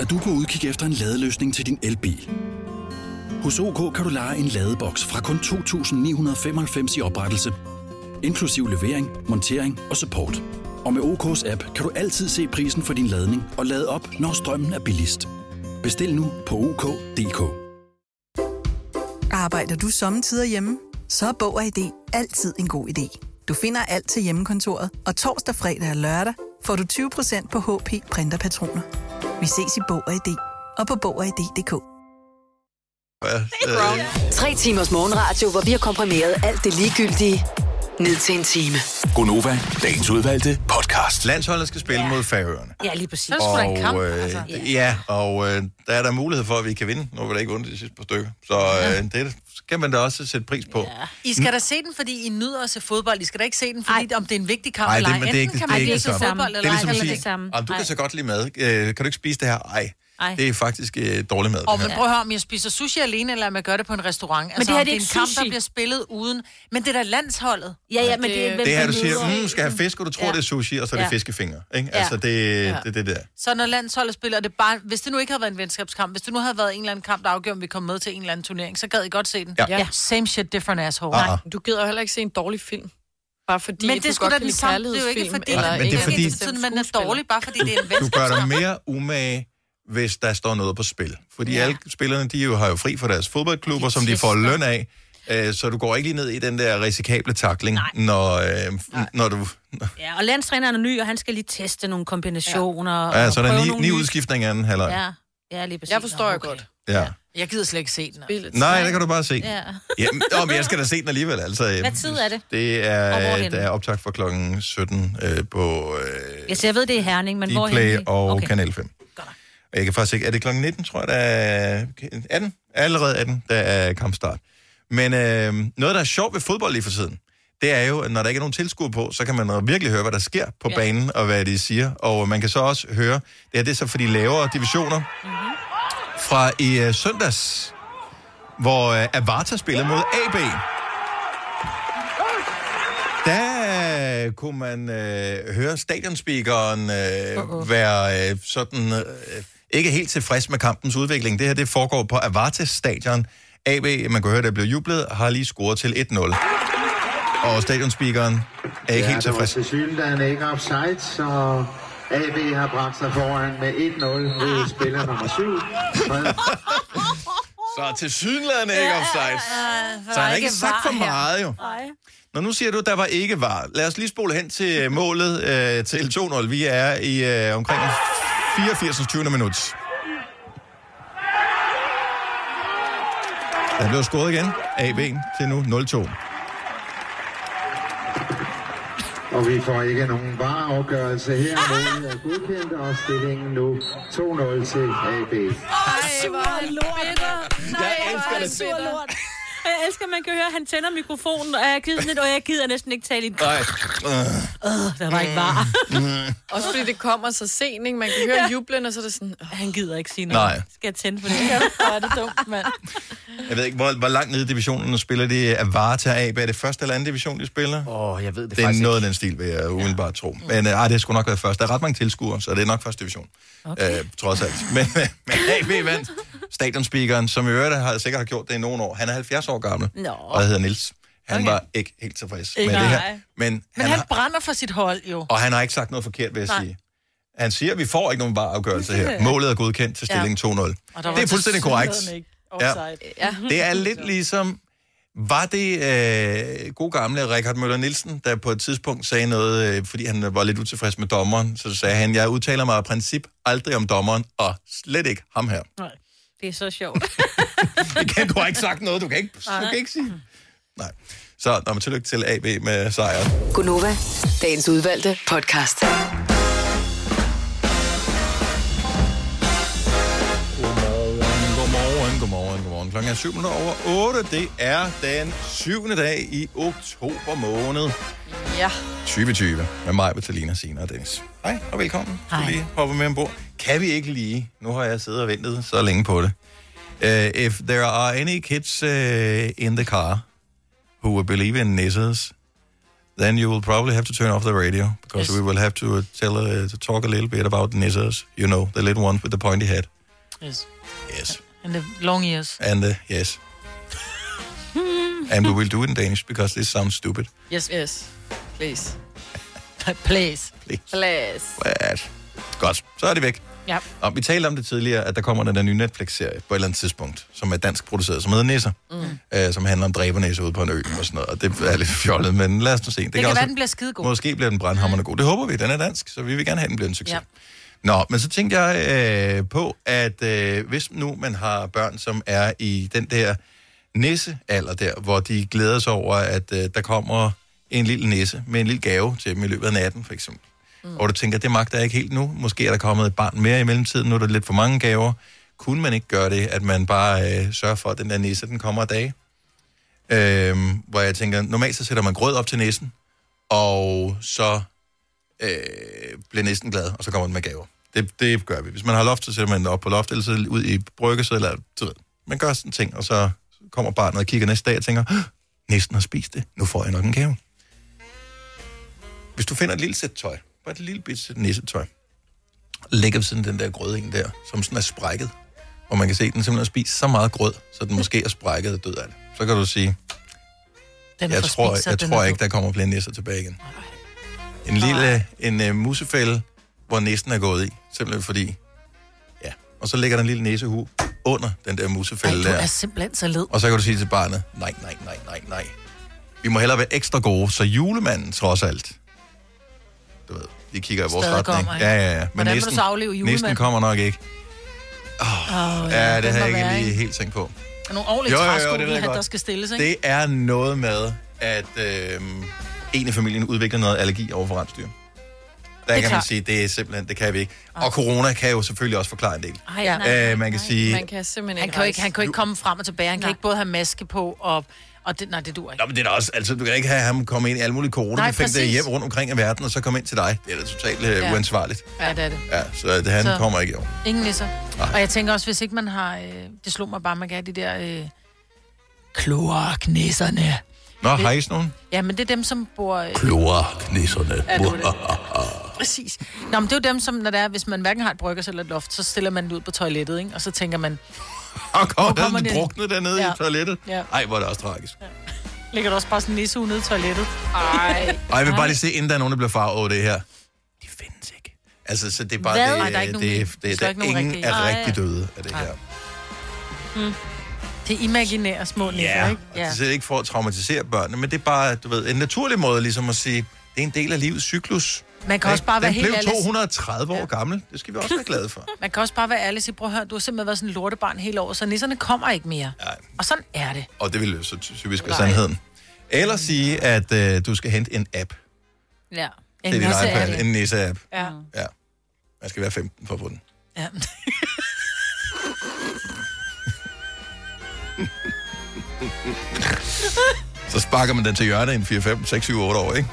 [SPEAKER 7] Er du på udkig efter en ladeløsning til din elbil? Hos OK kan du lege en ladeboks fra kun 2.995 i oprettelse, inklusiv levering, montering og support. Og med OK's app kan du altid se prisen for din ladning og lade op, når strømmen er billigst. Bestil nu på OK.dk.
[SPEAKER 8] Arbejder du sommetider hjemme? Så er Bog og ID altid en god idé. Du finder alt til hjemmekontoret, og torsdag, fredag og lørdag får du 20% på HP printerpatroner. Vi ses i Bog og ID og på Bog og ID.dk.
[SPEAKER 10] Tre timers morgenradio, hvor vi har komprimeret alt det ligegyldige ned til en time.
[SPEAKER 9] Gonova, dagens udvalgte podcast.
[SPEAKER 1] Landsholdet skal spille mod Færøerne.
[SPEAKER 2] Ja, lige præcis.
[SPEAKER 1] Og, øh, ja, og øh, der er der mulighed for, at vi kan vinde. Nu er vi da ikke vundet de sidste par stykker. Så øh, det skal man da også sætte pris på. Ja.
[SPEAKER 3] I skal da se den, fordi I nyder at se fodbold. I skal da ikke se den, fordi Ej. om det er en vigtig kamp
[SPEAKER 1] Nej,
[SPEAKER 3] eller
[SPEAKER 1] det,
[SPEAKER 3] ej.
[SPEAKER 1] men det er ikke det,
[SPEAKER 3] Enten kan
[SPEAKER 1] det, er
[SPEAKER 3] man
[SPEAKER 1] ikke
[SPEAKER 3] lide
[SPEAKER 1] det
[SPEAKER 3] at se
[SPEAKER 1] samme.
[SPEAKER 3] fodbold
[SPEAKER 1] Det
[SPEAKER 3] eller
[SPEAKER 1] er
[SPEAKER 3] ej.
[SPEAKER 1] ligesom at
[SPEAKER 3] Eller det
[SPEAKER 1] sige,
[SPEAKER 3] samme.
[SPEAKER 1] "Ah, du
[SPEAKER 3] Ej.
[SPEAKER 1] kan så godt lide mad. Øh, kan du ikke spise det her? Ej.
[SPEAKER 3] Ej.
[SPEAKER 1] Det er faktisk øh, dårlig mad.
[SPEAKER 3] Og
[SPEAKER 1] det
[SPEAKER 3] men
[SPEAKER 1] her.
[SPEAKER 3] prøv at høre, om jeg spiser sushi alene, eller om jeg gør det på en restaurant. Men altså,
[SPEAKER 2] det her,
[SPEAKER 3] om
[SPEAKER 2] det er
[SPEAKER 3] det er en
[SPEAKER 2] ikke
[SPEAKER 3] kamp,
[SPEAKER 2] sushi.
[SPEAKER 3] der bliver spillet uden. Men det er da landsholdet.
[SPEAKER 2] Ja, ja, men det er- hvem
[SPEAKER 1] det her, du siger, mm, skal jeg have fisk, og du tror,
[SPEAKER 3] Ja.
[SPEAKER 1] det er sushi, og så er det
[SPEAKER 3] Ja.
[SPEAKER 1] fiskefinger. Ikke?
[SPEAKER 3] Ja.
[SPEAKER 1] Altså, det,
[SPEAKER 3] Ja.
[SPEAKER 1] det er det der.
[SPEAKER 3] Så når landsholdet spiller, er det bare, hvis det nu ikke havde været en venskabskamp, hvis det nu havde været en eller anden kamp, der afgjorde, om vi kom med til en eller anden turnering, så gad I godt se den.
[SPEAKER 1] Ja. Ja.
[SPEAKER 3] Same shit, different asshole.
[SPEAKER 1] Ah, ah.
[SPEAKER 4] Du gider jo heller ikke se en dårlig film. Bare fordi,
[SPEAKER 3] Men
[SPEAKER 4] at
[SPEAKER 3] det er
[SPEAKER 4] du
[SPEAKER 3] sgu
[SPEAKER 4] godt
[SPEAKER 3] da
[SPEAKER 4] kan
[SPEAKER 3] den
[SPEAKER 4] lide
[SPEAKER 3] samme. Det er jo ikke
[SPEAKER 4] kærlighedsfilm,
[SPEAKER 3] fordi-
[SPEAKER 4] eller
[SPEAKER 1] Nej, men det er
[SPEAKER 4] en
[SPEAKER 1] fordi-
[SPEAKER 4] bestemt
[SPEAKER 3] Sådan, man er
[SPEAKER 4] skuespiller.
[SPEAKER 3] dårlig, bare fordi det er en
[SPEAKER 1] Du
[SPEAKER 3] venskabskamp.
[SPEAKER 1] gør dig mere umage, hvis der står noget på spil. Fordi ja. alle spillerne, de jo har jo fri for deres fodboldklubber, som de får løn af. Øh, Så du går ikke lige ned i den der risikable takling, når, øh, når du...
[SPEAKER 2] Ja, og landstræneren er ny, og han skal lige teste nogle kombinationer.
[SPEAKER 1] Ja,
[SPEAKER 2] og
[SPEAKER 1] så er der
[SPEAKER 2] prøve
[SPEAKER 1] ni,
[SPEAKER 2] nogle
[SPEAKER 1] ni
[SPEAKER 2] nye-
[SPEAKER 1] udskiftninger i anden halvleg. Ja.
[SPEAKER 2] Ja, ja, lige præcis.
[SPEAKER 4] Jeg forstår
[SPEAKER 2] Nå,
[SPEAKER 4] jo godt.
[SPEAKER 1] ja.
[SPEAKER 3] Jeg gider slet ikke se den. altså.
[SPEAKER 1] Nej, det kan du bare se.
[SPEAKER 2] Ja.
[SPEAKER 1] Jamen, nå, men jeg skal da se den alligevel. Altså, øh,
[SPEAKER 2] Hvad tid er det?
[SPEAKER 1] det
[SPEAKER 2] Og
[SPEAKER 1] er, øh,
[SPEAKER 2] hvorhenne?
[SPEAKER 1] der er optag fra klokken 17 øh, på øh,
[SPEAKER 2] Jeg, jeg ved, det er Herning, men hvor
[SPEAKER 1] Dplay og okay. Kanal 5. Og jeg kan faktisk ikke... Er det klokken 19, tror jeg, der er... 18? Allerede 18, der er kampstart. Men øh, noget, der er sjovt ved fodbold lige for tiden, det er jo, at når der ikke er nogen tilskuer på, så kan man øh, virkelig høre, hvad der sker på ja. banen, og hvad de siger. Og man kan så også høre, det her det er så for de lavere divisioner, mm-hmm.
[SPEAKER 2] Mhm.
[SPEAKER 1] fra i øh, søndags, hvor øh, Avarta spillede mod AB. Der øh, kunne man øh, høre stadionspeakeren øh, uh-uh. være øh, sådan øh, ikke helt tilfreds med kampens udvikling. Det her det foregår på Avartes stadion. AB, man kan høre, der blev jublet, har lige scoret til 1-0. Og stadionspeakeren er ikke ja, helt
[SPEAKER 12] der var
[SPEAKER 1] tilfreds.
[SPEAKER 12] tilsyneladende ikke offside, så AB har bragt sig foran med 1-0 ved spiller nummer 7.
[SPEAKER 1] Så til sydenlandet ikke offside. Så han har ikke sagt for meget, jo. Nå, nu siger du, at der var ikke var. Lad os lige spole hen til øh, målet øh, til 2-0. Vi er i øh, omkring 84. 20. minut. Der blev scoret igen. AB til nu 0-2.
[SPEAKER 12] Og vi får ikke nogen vareafgørelse her. Målet er godkendt, og stillingen nu 2-0 til AB.
[SPEAKER 2] Ej, hvor er lort. Nej, jeg elsker det. Sur lort. Og jeg elsker, at man kan høre, at han tænder mikrofonen, og jeg gider sådan lidt, og jeg gider næsten ikke tale i den.
[SPEAKER 1] Nej.
[SPEAKER 2] Øh, der var ikke var.
[SPEAKER 4] Også fordi det kommer så sent, ikke? Man kan høre jublen, og så er det sådan...
[SPEAKER 2] Han gider ikke sige
[SPEAKER 1] noget. Nej.
[SPEAKER 2] Skal jeg tænde på det? Ja, er det dumt, mand.
[SPEAKER 1] Jeg ved ikke, hvor, hvor langt nede i divisionen spiller de Avarta AB? Er det første eller anden division, de spiller? Åh, oh, jeg ved det, det er
[SPEAKER 13] faktisk
[SPEAKER 1] noget af den stil, vil jeg umiddelbart ja. tro. Men øh, ej, det skulle nok være første. Der er ret mange tilskuere, så det er nok første division. Okay. Øh, trods alt. Men, øh, men AB vandt. Stadionspeakeren, som i øvrigt har sikkert har gjort det i nogle år. Han er 70 år gammel,
[SPEAKER 3] Nå.
[SPEAKER 1] og hedder Nils. Han okay. var ikke helt tilfreds
[SPEAKER 3] Ikke
[SPEAKER 1] med det her.
[SPEAKER 3] nej.
[SPEAKER 1] Men,
[SPEAKER 3] Men han, han brænder for sit hold, jo.
[SPEAKER 1] og han har ikke sagt noget forkert, vil jeg
[SPEAKER 3] Nej.
[SPEAKER 1] sige. Han siger, at vi får ikke nogen vareafgørelse her. Målet er godkendt til stilling 2-0.
[SPEAKER 3] Og
[SPEAKER 1] Det
[SPEAKER 3] der var
[SPEAKER 1] er fuldstændig korrekt.
[SPEAKER 3] tilsyneladende ikke
[SPEAKER 1] Ja.
[SPEAKER 3] offside.
[SPEAKER 1] Det er lidt ligesom, var det øh, god gamle Richard Møller Nielsen, der på et tidspunkt sagde noget, øh, fordi han var lidt utilfreds med dommeren, så sagde han, jeg udtaler mig af princip aldrig om dommeren, og slet ikke ham her.
[SPEAKER 2] Nej. Det er så sjovt.
[SPEAKER 1] Det kan, du har ikke sagt noget, du kan ikke, du kan ikke sige. Så når man tillykke til AB med sejren.
[SPEAKER 10] Gunova, dagens udvalgte podcast.
[SPEAKER 1] Godmorgen, godmorgen, godmorgen. Klokken er 7 over 8. Det er den 7. dag i oktober måned
[SPEAKER 4] Ja.
[SPEAKER 1] 2020 med mig, Bettelina, Sina og Dennis. Hej og velkommen. Hej. Lige hoppe med ombord. Kan vi ikke lige, nu har jeg siddet og ventet så længe på det. Uh, if there are any kids uh, in the car who will believe in nisses, then you will probably have to turn off the radio because we will have to uh, tell uh, to talk a little bit about nisses. You know, the little ones with the pointy head.
[SPEAKER 3] Yes.
[SPEAKER 1] Yes.
[SPEAKER 3] And the long years.
[SPEAKER 1] And uh, yes. and we will do it in Danish because this sounds stupid.
[SPEAKER 4] Yes. Yes. Please.
[SPEAKER 3] Please.
[SPEAKER 4] Please.
[SPEAKER 1] But... Godt, så er det væk.
[SPEAKER 3] Ja.
[SPEAKER 1] Og vi talte om det tidligere, at der kommer den der nye Netflix-serie på et eller andet tidspunkt, som er dansk produceret, som hedder Nisser, mm. øh, som handler om dræbernæse ude på en ø og sådan noget. Og det er lidt fjollet, men lad os nu se.
[SPEAKER 3] Det, det kan, kan være, den bliver skidegod.
[SPEAKER 1] Måske bliver den brandhammerne god. Det håber vi, den er dansk, så vi vil gerne have, den bliver en succes.
[SPEAKER 3] Ja.
[SPEAKER 1] Nå, men så tænkte jeg øh, på, at øh, hvis nu man har børn, som er i den der nissealder der, hvor de glæder sig over, at øh, der kommer en lille nisse med en lille gave til dem i løbet af natten, for eksempel. Mm. Og du tænker, det magter jeg ikke helt nu. Måske er der kommet et barn mere i mellemtiden, nu er der lidt for mange gaver. Kunne man ikke gøre det, at man bare øh, sørger for, at den der nisse, den kommer af dage? Øhm, hvor jeg tænker, normalt så sætter man grød op til næsen, og så øh, bliver næsten glad, og så kommer den med gaver. Det, det gør vi. Hvis man har loft, så sætter man den op på loft, eller så ud i brygge, så eller, du ved, man gør sådan en ting, og så kommer barnet og kigger næste dag og tænker, "Åh, næsten har spist det, nu får jeg nok en gave. Hvis du finder et lille sæt tøj, bare et lille bit sæt nissetøj, lægger ved siden af den der grød en der, som sådan er sprækket, og man kan se, at den simpelthen har spist så meget grød, så den måske er sprækket og død af det. Så kan du sige,
[SPEAKER 3] Den
[SPEAKER 1] jeg
[SPEAKER 3] får
[SPEAKER 1] tror,
[SPEAKER 3] spist sig,
[SPEAKER 1] jeg
[SPEAKER 3] den
[SPEAKER 1] tror
[SPEAKER 3] er
[SPEAKER 1] ikke, der kommer flere nisser tilbage igen. En lille en, uh, musefælde, hvor næsten er gået i. Simpelthen fordi... Ja. Og så ligger der en lille næsehu under den der musefælde
[SPEAKER 3] Du
[SPEAKER 1] der.
[SPEAKER 3] er simpelthen så led.
[SPEAKER 1] Og så kan du sige til barnet, nej, nej, nej, nej, nej. Vi må hellere være ekstra gode, så julemanden trods alt... Du ved, de kigger i vores
[SPEAKER 3] Stadig
[SPEAKER 1] retning.
[SPEAKER 3] kommer, ikke?
[SPEAKER 1] ja, ja, ja.
[SPEAKER 3] Hvordan vil du så afleve
[SPEAKER 1] næsten
[SPEAKER 3] julemanden?
[SPEAKER 1] kommer nok ikke.
[SPEAKER 3] Oh,
[SPEAKER 1] Ja, det har jeg ikke lige helt tænkt på.
[SPEAKER 3] Nogle ordentlige
[SPEAKER 1] Jo, jo, jo,
[SPEAKER 3] træsko,
[SPEAKER 1] det ved jeg
[SPEAKER 3] der
[SPEAKER 1] godt.
[SPEAKER 3] skal stilles, ikke?
[SPEAKER 1] Det er noget med, at øh, en i familien udvikler noget allergi over for rensdyr. Der
[SPEAKER 3] er
[SPEAKER 1] kan man
[SPEAKER 3] klart.
[SPEAKER 1] sige, det er simpelthen, det kan vi ikke. Og corona kan jo selvfølgelig også forklare en del.
[SPEAKER 3] Ej, ja. nej,
[SPEAKER 1] øh, man kan sige,
[SPEAKER 4] Man kan simpelthen
[SPEAKER 3] Han
[SPEAKER 4] ikke
[SPEAKER 3] kan, jo ikke, han kan jo ikke komme frem og tilbage. Han kan ikke både have maske på og... og det, nej, det dur ikke.
[SPEAKER 1] Nå, men det er da også, altså, du kan ikke have ham komme ind i alle mulige corona der
[SPEAKER 3] præcis.
[SPEAKER 1] hjem rundt omkring i verden, og så komme ind til dig. Det er da totalt øh,
[SPEAKER 3] Ja.
[SPEAKER 1] uansvarligt.
[SPEAKER 3] Ja, det er det.
[SPEAKER 1] Ja, så det, han
[SPEAKER 3] Så-
[SPEAKER 1] så... kommer ikke i år.
[SPEAKER 3] Ingen nisser. Og jeg tænker også, hvis ikke man har... Øh, det slog mig bare, man kan have de der... Øh, Kloaknæsserne.
[SPEAKER 1] Nå, hej, sådan nogen.
[SPEAKER 3] ja, men det er dem, som bor... Øh,
[SPEAKER 1] Kloaknisserne.
[SPEAKER 3] Ja, det var Præcis. Nå, men det er jo dem, som når det er, hvis man hverken har et bryggers eller et loft, så stiller man det ud på toilettet, ikke? Og så tænker man,
[SPEAKER 1] Og
[SPEAKER 3] Hvor
[SPEAKER 1] kommer
[SPEAKER 3] kommer
[SPEAKER 1] den
[SPEAKER 3] den?
[SPEAKER 1] druknet dernede ja.
[SPEAKER 3] Ja.
[SPEAKER 1] i toilettet.
[SPEAKER 3] Ja.
[SPEAKER 1] Ej, hvor er det også tragisk.
[SPEAKER 3] ligger der også bare sådan en nisse nede i toilettet? Ej.
[SPEAKER 1] Og jeg vil bare lige se, inden der er nogen, der bliver farvet over det her. De findes ikke. Altså, så det er bare...
[SPEAKER 3] Hvad?
[SPEAKER 1] Det,
[SPEAKER 3] Nej, der er ikke nogen-
[SPEAKER 1] det,
[SPEAKER 3] der
[SPEAKER 1] det,
[SPEAKER 3] står
[SPEAKER 1] det,
[SPEAKER 3] ikke
[SPEAKER 1] der
[SPEAKER 3] nogen
[SPEAKER 1] ingen
[SPEAKER 3] rigtige.
[SPEAKER 1] er
[SPEAKER 3] Nej.
[SPEAKER 1] rigtig døde af det
[SPEAKER 3] Nej.
[SPEAKER 1] her.
[SPEAKER 3] Mm. Det er imaginære små nisser,
[SPEAKER 1] Ja,
[SPEAKER 3] ikke?
[SPEAKER 1] og det er ikke for at traumatisere børnene, men det er bare, du ved, en naturlig måde ligesom at sige, det er en del af livets cyklus.
[SPEAKER 3] Man kan
[SPEAKER 1] Ja,
[SPEAKER 3] også bare
[SPEAKER 1] Den
[SPEAKER 3] være helt
[SPEAKER 1] blev
[SPEAKER 3] ærlig.
[SPEAKER 1] 230 år gammel. Det skal vi også være glade for.
[SPEAKER 3] Man kan også bare være ærlig og sige, prøv at høre, du har simpelthen været sådan en lortebarn hele året, så nisserne kommer ikke mere.
[SPEAKER 1] Nej.
[SPEAKER 3] Og sådan er det.
[SPEAKER 1] Og det vil jo så ty- typisk være sandheden. Eller sige, at øh, du skal hente en app
[SPEAKER 2] Ja.
[SPEAKER 1] til din iPad. En nisse-app.
[SPEAKER 3] Ja.
[SPEAKER 1] Ja. Man skal være 15 for at få den.
[SPEAKER 3] ja.
[SPEAKER 1] Så sparker man den til hjørnet i en 4, 5, 6, 7, 8 år, ikke?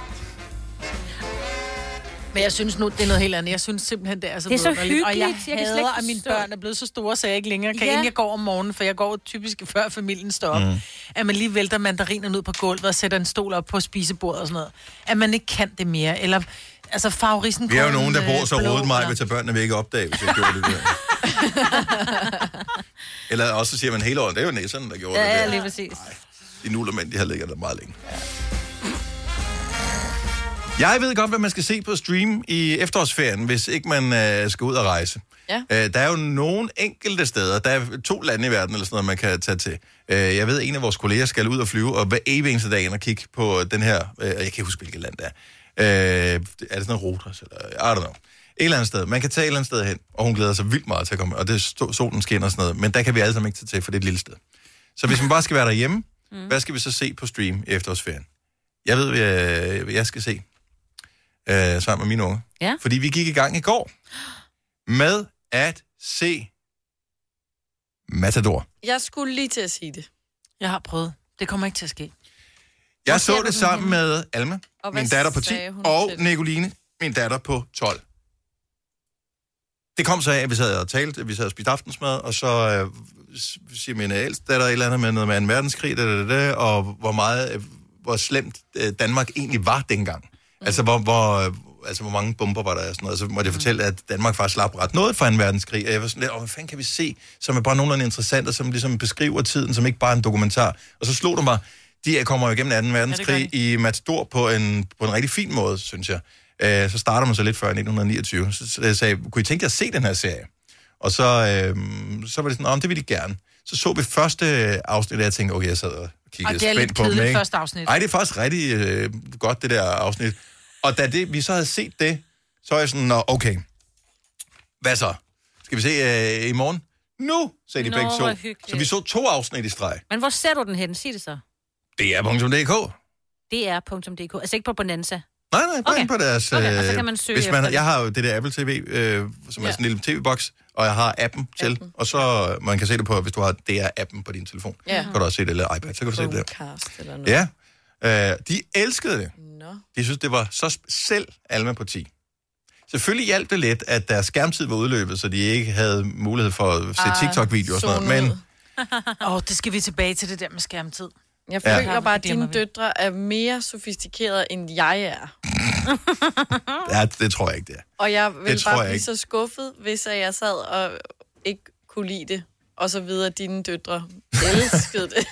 [SPEAKER 3] Men jeg synes nu, det er noget helt andet. Jeg synes simpelthen, det er så
[SPEAKER 2] Det er så
[SPEAKER 3] vidunderligt. Og jeg
[SPEAKER 2] hyggeligt. Jeg kan slet
[SPEAKER 3] hader,
[SPEAKER 2] ikke
[SPEAKER 3] at mine
[SPEAKER 2] forstå
[SPEAKER 3] børn er blevet så store, så jeg ikke længere kan,
[SPEAKER 2] Ja.
[SPEAKER 3] ja. inden jeg går om morgenen, for jeg går typisk før familien står op,
[SPEAKER 2] Mm.
[SPEAKER 3] mm. at man lige vælter mandarinerne ud på gulvet og sætter en stol op på spisebordet og sådan noget. At man ikke kan det mere. Eller, altså, favorisen
[SPEAKER 1] Vi er jo nogen, der bor så rodet mig, hvis at børnene vil ikke opdage, hvis jeg gjorde det der. Eller også så siger man hele året, det er jo næserne, der gjorde
[SPEAKER 2] Ja,
[SPEAKER 1] det
[SPEAKER 2] lige
[SPEAKER 1] der.
[SPEAKER 2] præcis.
[SPEAKER 1] De nullermænd, de har ligget der meget længe. Jeg ved godt, hvad man skal se på stream i efterårsferien, hvis ikke man øh, skal ud og rejse.
[SPEAKER 4] Ja.
[SPEAKER 1] Øh, der er jo nogle enkelte steder, der er to lande i verden, eller sådan noget, man kan tage til. Øh, jeg ved, at en af vores kolleger skal ud og flyve, og hver evig eneste dag ind og kigge på den her, øh, jeg kan ikke huske, hvilket land det er. Øh, er det sådan noget Rotas, eller I don't know. Et eller andet sted. Man kan tage et eller andet sted hen, og hun glæder sig vildt meget til at komme, og det er sto- solen skinner og sådan noget, men der kan vi alle sammen ikke tage til, for det er et lille sted. Så hvis man bare skal være derhjemme, mm. hvad skal vi så se på stream i efterårsferien? Jeg ved, øh, hvad jeg skal se øh, sammen med mine unge.
[SPEAKER 2] Ja.
[SPEAKER 1] Fordi vi gik i gang i går med at se Matador.
[SPEAKER 4] Jeg skulle lige til at sige det.
[SPEAKER 3] Jeg har prøvet. Det kommer ikke til at ske.
[SPEAKER 1] Jeg så det sammen med Alma,
[SPEAKER 4] Og hvad
[SPEAKER 1] min datter på 10,
[SPEAKER 4] sagde hun
[SPEAKER 1] og
[SPEAKER 4] til det?
[SPEAKER 1] Nicoline, min datter på 12. Det kom så af, at vi sad og talte, at vi sad og spiste aftensmad, og så øh, s- siger min ældste datter et eller andet med noget med en verdenskrig, da, da, da, da, og hvor meget, øh, hvor slemt øh, Danmark egentlig var dengang. Mm. Altså, hvor, hvor, øh, altså, hvor mange bomber var der og sådan noget. Så måtte jeg fortælle, at Danmark faktisk slap ret noget fra en verdenskrig. Og jeg var sådan lidt, "Åh, hvad fanden kan vi se, som er bare nogenlunde interessant, og som ligesom beskriver tiden, som ikke bare er en dokumentar. Og så slog det mig, de her kommer jo igennem 2. verdenskrig i Matador på en, på en rigtig fin måde, synes jeg. Øh, så starter man så lidt før i 1929. Så, så jeg sagde, kunne I tænke jer at se den her serie? Og så, øh, så var det sådan, om det vil de gerne. Så så vi første afsnit, og jeg tænkte, okay, jeg sad og
[SPEAKER 3] Og
[SPEAKER 1] kiggede
[SPEAKER 3] det er lidt
[SPEAKER 1] spændt på dem.
[SPEAKER 3] kedeligt,
[SPEAKER 1] ikke?
[SPEAKER 3] første afsnit.
[SPEAKER 1] Ej, det er faktisk rigtig øh, godt, det der afsnit. Og da det, vi så havde set det, så var jeg sådan, Nå, okay, hvad så? Skal vi se øh, i morgen? Nu, sagde de
[SPEAKER 2] Nå,
[SPEAKER 1] begge
[SPEAKER 2] hvor
[SPEAKER 1] to.
[SPEAKER 2] hyggeligt.
[SPEAKER 1] Så vi så to afsnit i streg.
[SPEAKER 2] Men hvor ser du den hen? Sig det så.
[SPEAKER 1] Det er .dk.
[SPEAKER 2] DR.dk. Altså ikke på Bonanza.
[SPEAKER 1] Nej, nej, bare
[SPEAKER 2] Okay.
[SPEAKER 1] okay. på deres...
[SPEAKER 2] Okay, og så
[SPEAKER 1] øh,
[SPEAKER 2] kan man søge
[SPEAKER 1] hvis
[SPEAKER 2] efter
[SPEAKER 1] man,
[SPEAKER 2] det.
[SPEAKER 1] Jeg har jo det der Apple TV, øh, som er sådan en lille tv-boks, og jeg har appen til, og så øh, man kan se det på, hvis du har DR-appen på din telefon.
[SPEAKER 4] Ja.
[SPEAKER 1] Kan du også se det, eller iPad, så kan du se det der.
[SPEAKER 4] Cast eller noget.
[SPEAKER 1] Ja. Øh, de elskede det. No. De synes, det var så sp- selv Alma på 10. Selvfølgelig hjalp det lidt, at deres skærmtid var udløbet, så de ikke havde mulighed for at se
[SPEAKER 3] Ah,
[SPEAKER 1] TikTok-videoer og sådan noget.
[SPEAKER 3] zone
[SPEAKER 1] Men
[SPEAKER 3] ud. Åh, oh, det skal vi tilbage til det der med skærmtid.
[SPEAKER 4] Jeg
[SPEAKER 1] Ja.
[SPEAKER 4] føler bare, at dine døtre er mere sofistikerede, end jeg er.
[SPEAKER 1] ja, det tror jeg ikke, det er.
[SPEAKER 4] Og jeg
[SPEAKER 1] Det
[SPEAKER 4] ville
[SPEAKER 1] tror
[SPEAKER 4] bare
[SPEAKER 1] jeg
[SPEAKER 4] blive
[SPEAKER 1] ikke.
[SPEAKER 4] så skuffet, hvis at jeg sad og ikke kunne lide det. Og så videre, at dine døtre elskede det.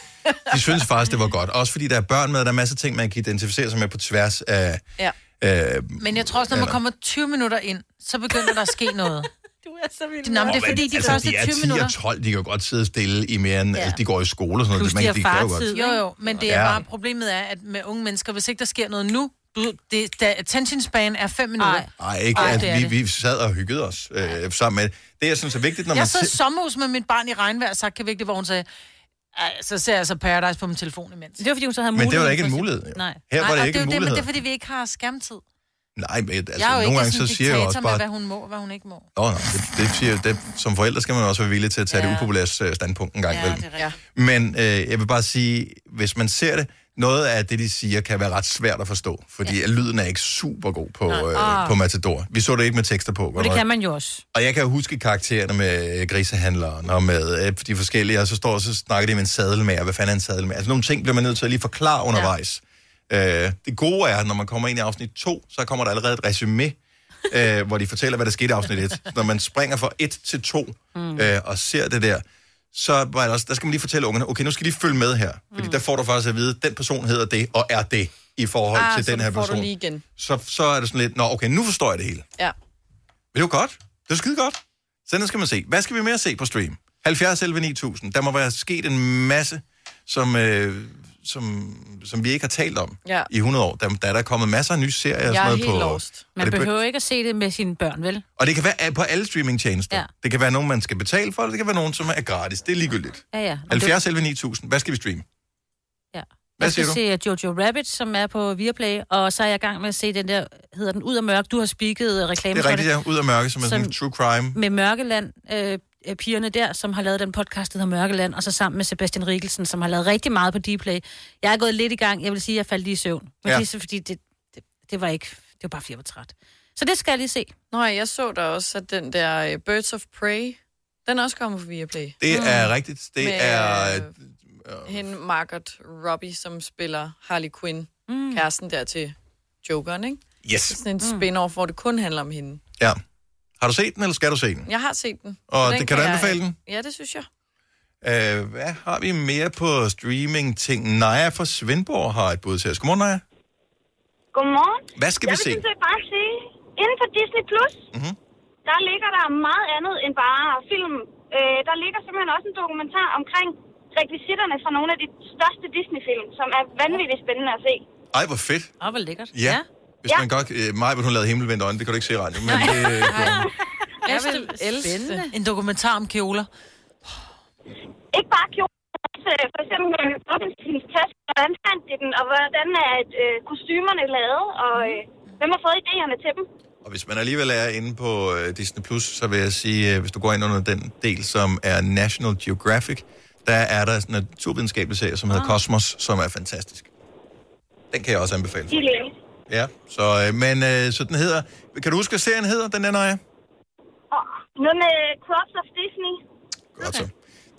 [SPEAKER 1] De synes faktisk, det var godt. Også fordi der er børn med, og der er masser af ting, man kan identificere sig med på tværs af...
[SPEAKER 3] Ja.
[SPEAKER 1] Øh,
[SPEAKER 3] Men jeg tror også, når man
[SPEAKER 1] Eller-
[SPEAKER 3] kommer 20 minutter ind, så begynder der at ske noget.
[SPEAKER 2] Du er så vild.
[SPEAKER 3] Nå, men det er fordi, de
[SPEAKER 1] altså,
[SPEAKER 3] første
[SPEAKER 1] de er
[SPEAKER 3] 20
[SPEAKER 1] og
[SPEAKER 3] minutter...
[SPEAKER 1] 12, de kan jo godt sidde stille i mere end... Ja. Altså, de går i skole og sådan noget.
[SPEAKER 3] Plus, de har
[SPEAKER 1] de kan jo godt.
[SPEAKER 3] fartid. Jo, jo, men det er
[SPEAKER 1] Ja.
[SPEAKER 3] bare... Problemet er, at med unge mennesker, hvis ikke der sker noget nu, du, det, der, attention span er 5 minutter.
[SPEAKER 1] Nej, ikke.
[SPEAKER 3] Ej,
[SPEAKER 1] Ej,
[SPEAKER 3] det er
[SPEAKER 1] altså,
[SPEAKER 3] det.
[SPEAKER 1] vi, vi sad og hyggede os øh, sammen med... Det, jeg synes er vigtigt, når man...
[SPEAKER 3] jeg sad i
[SPEAKER 1] ti-
[SPEAKER 3] sommerhus med mit barn i regnvejr, så kan virkelig, hvor hun sagde, "Ej, så ser jeg så Paradise på min telefon imens. Det
[SPEAKER 2] var, fordi hun så havde
[SPEAKER 1] Men det var muligheden da ikke for en at se- mulighed, jo.
[SPEAKER 3] Nej.
[SPEAKER 1] Her var
[SPEAKER 3] Nej,
[SPEAKER 1] det
[SPEAKER 3] og
[SPEAKER 1] ikke
[SPEAKER 3] det er
[SPEAKER 1] en
[SPEAKER 3] jo det, men
[SPEAKER 1] mulighed.
[SPEAKER 3] det er, fordi vi ikke har skærmtid.
[SPEAKER 1] Nej, men altså,
[SPEAKER 3] Altså, jeg er jo
[SPEAKER 1] nogle
[SPEAKER 3] ikke
[SPEAKER 1] gange,
[SPEAKER 3] sådan
[SPEAKER 1] så
[SPEAKER 3] en
[SPEAKER 1] siger jeg jo
[SPEAKER 3] diktator
[SPEAKER 1] også
[SPEAKER 3] med,
[SPEAKER 1] bare...
[SPEAKER 3] hvad hun må og hvad hun ikke må.
[SPEAKER 1] Åh, oh, nej, det, det, siger, det, som forældre skal man også være villig til at tage ja.
[SPEAKER 3] Ja.
[SPEAKER 1] det upopulære øh, standpunkt en gang
[SPEAKER 3] Ja,
[SPEAKER 1] imellem.
[SPEAKER 3] det er rigtigt.
[SPEAKER 1] Men øh, jeg vil bare sige, hvis man ser det, noget af det, de siger, kan være ret svært at forstå, fordi ja. lyden er ikke super god på, øh,
[SPEAKER 2] Ah.
[SPEAKER 1] på Matador. Vi så det ikke med tekster på.
[SPEAKER 2] Og
[SPEAKER 1] godt
[SPEAKER 2] det
[SPEAKER 1] nok.
[SPEAKER 2] kan man jo også.
[SPEAKER 1] Og jeg kan jo huske karaktererne med øh, grisehandleren og med øh, de forskellige, og så står og så snakker de med en sadelmager. Hvad fanden er en sadelmager? Altså nogle ting bliver man nødt til at lige forklare undervejs. Ja. Øh, det gode er, at når man kommer ind i afsnit 2, så kommer der allerede et resume, øh, hvor de fortæller, hvad der skete i afsnit 1. Når man springer fra 1 til 2 mm. øh, og ser det der, så var det også, der skal man lige fortælle ungerne, okay, nu skal de følge med her. Fordi mm. der får du faktisk at vide, at den person hedder det og er det i forhold
[SPEAKER 4] Ah,
[SPEAKER 1] til
[SPEAKER 4] så
[SPEAKER 1] den her
[SPEAKER 4] får du
[SPEAKER 1] person.
[SPEAKER 4] lige igen.
[SPEAKER 1] Så, så er det sådan lidt, nå okay, nu forstår jeg det hele.
[SPEAKER 4] Ja.
[SPEAKER 1] Men det er jo godt. Det er skide godt. Så den skal man se. Hvad skal vi mere se på stream? 70 11 9000. Der må være sket en masse, som, øh, som, som vi ikke har talt om
[SPEAKER 2] Ja.
[SPEAKER 1] i 100 år. Der, der er der kommet masser af nye serier. og
[SPEAKER 2] Jeg er
[SPEAKER 1] sådan noget
[SPEAKER 2] helt
[SPEAKER 1] på,
[SPEAKER 2] lost.
[SPEAKER 1] og
[SPEAKER 2] Man
[SPEAKER 1] det be-
[SPEAKER 2] behøver ikke at se det med sine børn, vel?
[SPEAKER 1] Og det kan være øh, på alle streamingtjenester. Ja.
[SPEAKER 2] Ja.
[SPEAKER 1] Det kan være nogen, man skal betale for, og det kan være nogen, som er gratis. Det er ligegyldigt.
[SPEAKER 2] Ja, ja. Og
[SPEAKER 1] 70 11 9000. Hvad skal vi streame?
[SPEAKER 2] Ja.
[SPEAKER 1] Hvad
[SPEAKER 2] jeg skal
[SPEAKER 1] siger du?
[SPEAKER 2] se øh, Jojo Rabbit, som er på Viaplay, og så er jeg i gang med at se den der, hedder den Ud af Mørk. Du har spiket øh, reklame
[SPEAKER 1] Det er
[SPEAKER 2] for
[SPEAKER 1] rigtigt, ja. Ud af mørke, som er sådan en true
[SPEAKER 2] Som-
[SPEAKER 1] crime.
[SPEAKER 2] Med Mørkeland, øh, øh, pigerne der, som har lavet den podcast, der hedder Mørkeland, og så sammen med Sebastian Rikkelsen, som har lavet rigtig meget på Dplay. Jeg er gået lidt i gang, jeg vil sige, at jeg faldt lige i søvn. Men
[SPEAKER 4] Ja.
[SPEAKER 2] ja. det er så fordi, det, det, det, var ikke, det var bare fordi, jeg var træt. Så det skal jeg lige se.
[SPEAKER 4] Nå, jeg så da også, at den der øh, Birds of Prey, den er også kommet på Viaplay. Mm.
[SPEAKER 1] Det
[SPEAKER 2] Mm.
[SPEAKER 1] er rigtigt. Det
[SPEAKER 4] Med- øh,
[SPEAKER 1] er...
[SPEAKER 4] Hende Margaret Robbie, som spiller Harley Quinn, mm. kæresten der til Jokeren, ikke?
[SPEAKER 1] Yes.
[SPEAKER 4] Det er sådan en spin-off, hvor det kun handler om hende.
[SPEAKER 1] Ja. Har du set den, eller skal du se den?
[SPEAKER 4] Jeg har set den.
[SPEAKER 1] Og
[SPEAKER 4] Så
[SPEAKER 1] det- kan du anbefale
[SPEAKER 4] jeg,
[SPEAKER 1] den?
[SPEAKER 4] Ja, det synes jeg.
[SPEAKER 1] Øh, hvad har vi mere på streaming-ting? Naja fra Svendborg har et bud til os. Godmorgen, Naja.
[SPEAKER 13] Godmorgen.
[SPEAKER 1] Hvad skal vi
[SPEAKER 13] jeg
[SPEAKER 1] se?
[SPEAKER 13] Jeg vil sådan set bare sige, inden for Disney+, Plus,
[SPEAKER 1] Mhm.
[SPEAKER 13] der ligger der meget andet end bare film. Øh, der ligger simpelthen også en dokumentar omkring rekvisitterne fra nogle af de største Disney-film, som er vanvittigt spændende at se.
[SPEAKER 1] Ej, hvor fedt.
[SPEAKER 2] Åh, hvor lækkert.
[SPEAKER 1] Ja. ja. Hvis man godt... Øh, Maja, hun lavede himmelvendt øjne, det kan du ikke se i radioen. Men øh, det,
[SPEAKER 3] Jeg vil elske En dokumentar om kjoler.
[SPEAKER 13] Ikke bare kjolen, men også øh, for eksempel øh, Robinsons taske, hvordan fandt de den, og hvordan er øh, kostymerne lavet, og
[SPEAKER 2] Mhm.
[SPEAKER 13] øh, hvem har fået idéerne til dem.
[SPEAKER 1] Og hvis man alligevel er inde på øh, Disney+, Plus, så vil jeg sige, øh, hvis du går ind under den del, som er National Geographic, der er der sådan en naturvidenskabelig serie, som hedder Cosmos, som er fantastisk. Den kan jeg også anbefale.
[SPEAKER 13] De lærer.
[SPEAKER 1] Ja, så, øh, men øh, så den hedder... Kan du huske, hvad serien hedder, den ender jeg?
[SPEAKER 13] Og noget med Crops of Disney.
[SPEAKER 1] Godt så.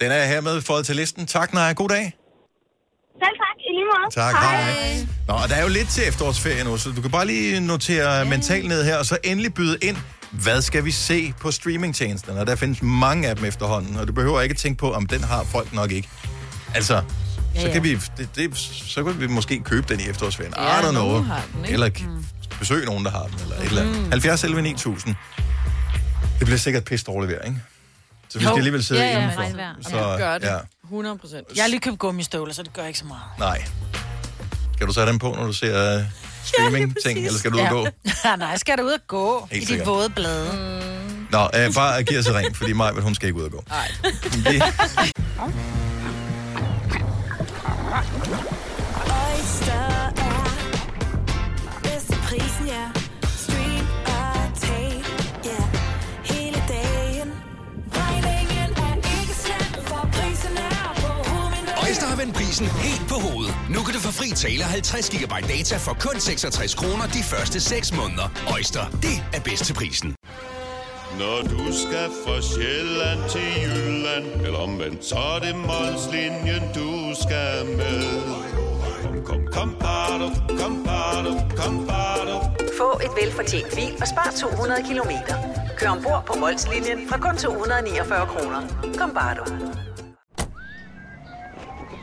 [SPEAKER 1] Den er hermed fået til listen. Tak, Naja. God dag.
[SPEAKER 13] Selv tak, i lige måde.
[SPEAKER 1] Tak, hej. Nå, og der er jo lidt til efterårsferie nu, så du kan bare lige notere yeah. mentalt ned her, og så endelig byde ind, hvad skal vi se på streamingtjenesterne? Og der findes mange af dem efterhånden, og du behøver ikke tænke på, om den har folk nok ikke. Altså,
[SPEAKER 14] Ja,
[SPEAKER 1] så,
[SPEAKER 14] ja.
[SPEAKER 1] kan vi, det, det, så kan vi måske købe den i efterårsferien.
[SPEAKER 14] Ja,
[SPEAKER 1] I don't know.
[SPEAKER 14] nogen har den, ikke?
[SPEAKER 1] Eller mm. besøg nogen, der har den, eller et eller andet. 70 11 9000. Det bliver sikkert pisse dårlig vejr, ikke? Så vi skal alligevel sidde
[SPEAKER 3] ja, ja,
[SPEAKER 1] indenfor.
[SPEAKER 3] regnvejr.
[SPEAKER 1] Så,
[SPEAKER 3] Ja, gør det.
[SPEAKER 1] Ja.
[SPEAKER 3] 100 procent. Jeg har lige købt gummistøvler, så det gør ikke så meget.
[SPEAKER 1] Nej. Skal du så have dem på, når du ser uh, streaming-ting, ja, eller skal du ud og gå?
[SPEAKER 3] ja. Nej, jeg skal da ud og gå
[SPEAKER 1] Helt
[SPEAKER 3] i de
[SPEAKER 1] sikkert.
[SPEAKER 3] våde blade. Mm.
[SPEAKER 1] Nå, øh, bare giv os et ring, fordi Maja, hun skal ikke ud og gå. Nej. Vi,
[SPEAKER 6] Oyster er bedst til prisen, ja. Stream og tag, ja. Hele dagen. Regningen er ikke slem, for prisen er på hovedet.
[SPEAKER 5] Øjster har vendt prisen helt på hovedet. Nu kan du få fri tale 50 GB data for kun 66 kroner de første 6 måneder. Øjster, det er bedst til prisen.
[SPEAKER 15] Når du skal fra Sjælland til Jylland Eller omvendt, så er det Molslinjen, du skal med Kom, kom, kom, bado, kom, bado, kom, bado.
[SPEAKER 16] Få et velfortjent bil og spar 200 kilometer. Kør ombord på Molslinjen fra kun 249 kroner. Kom bare du.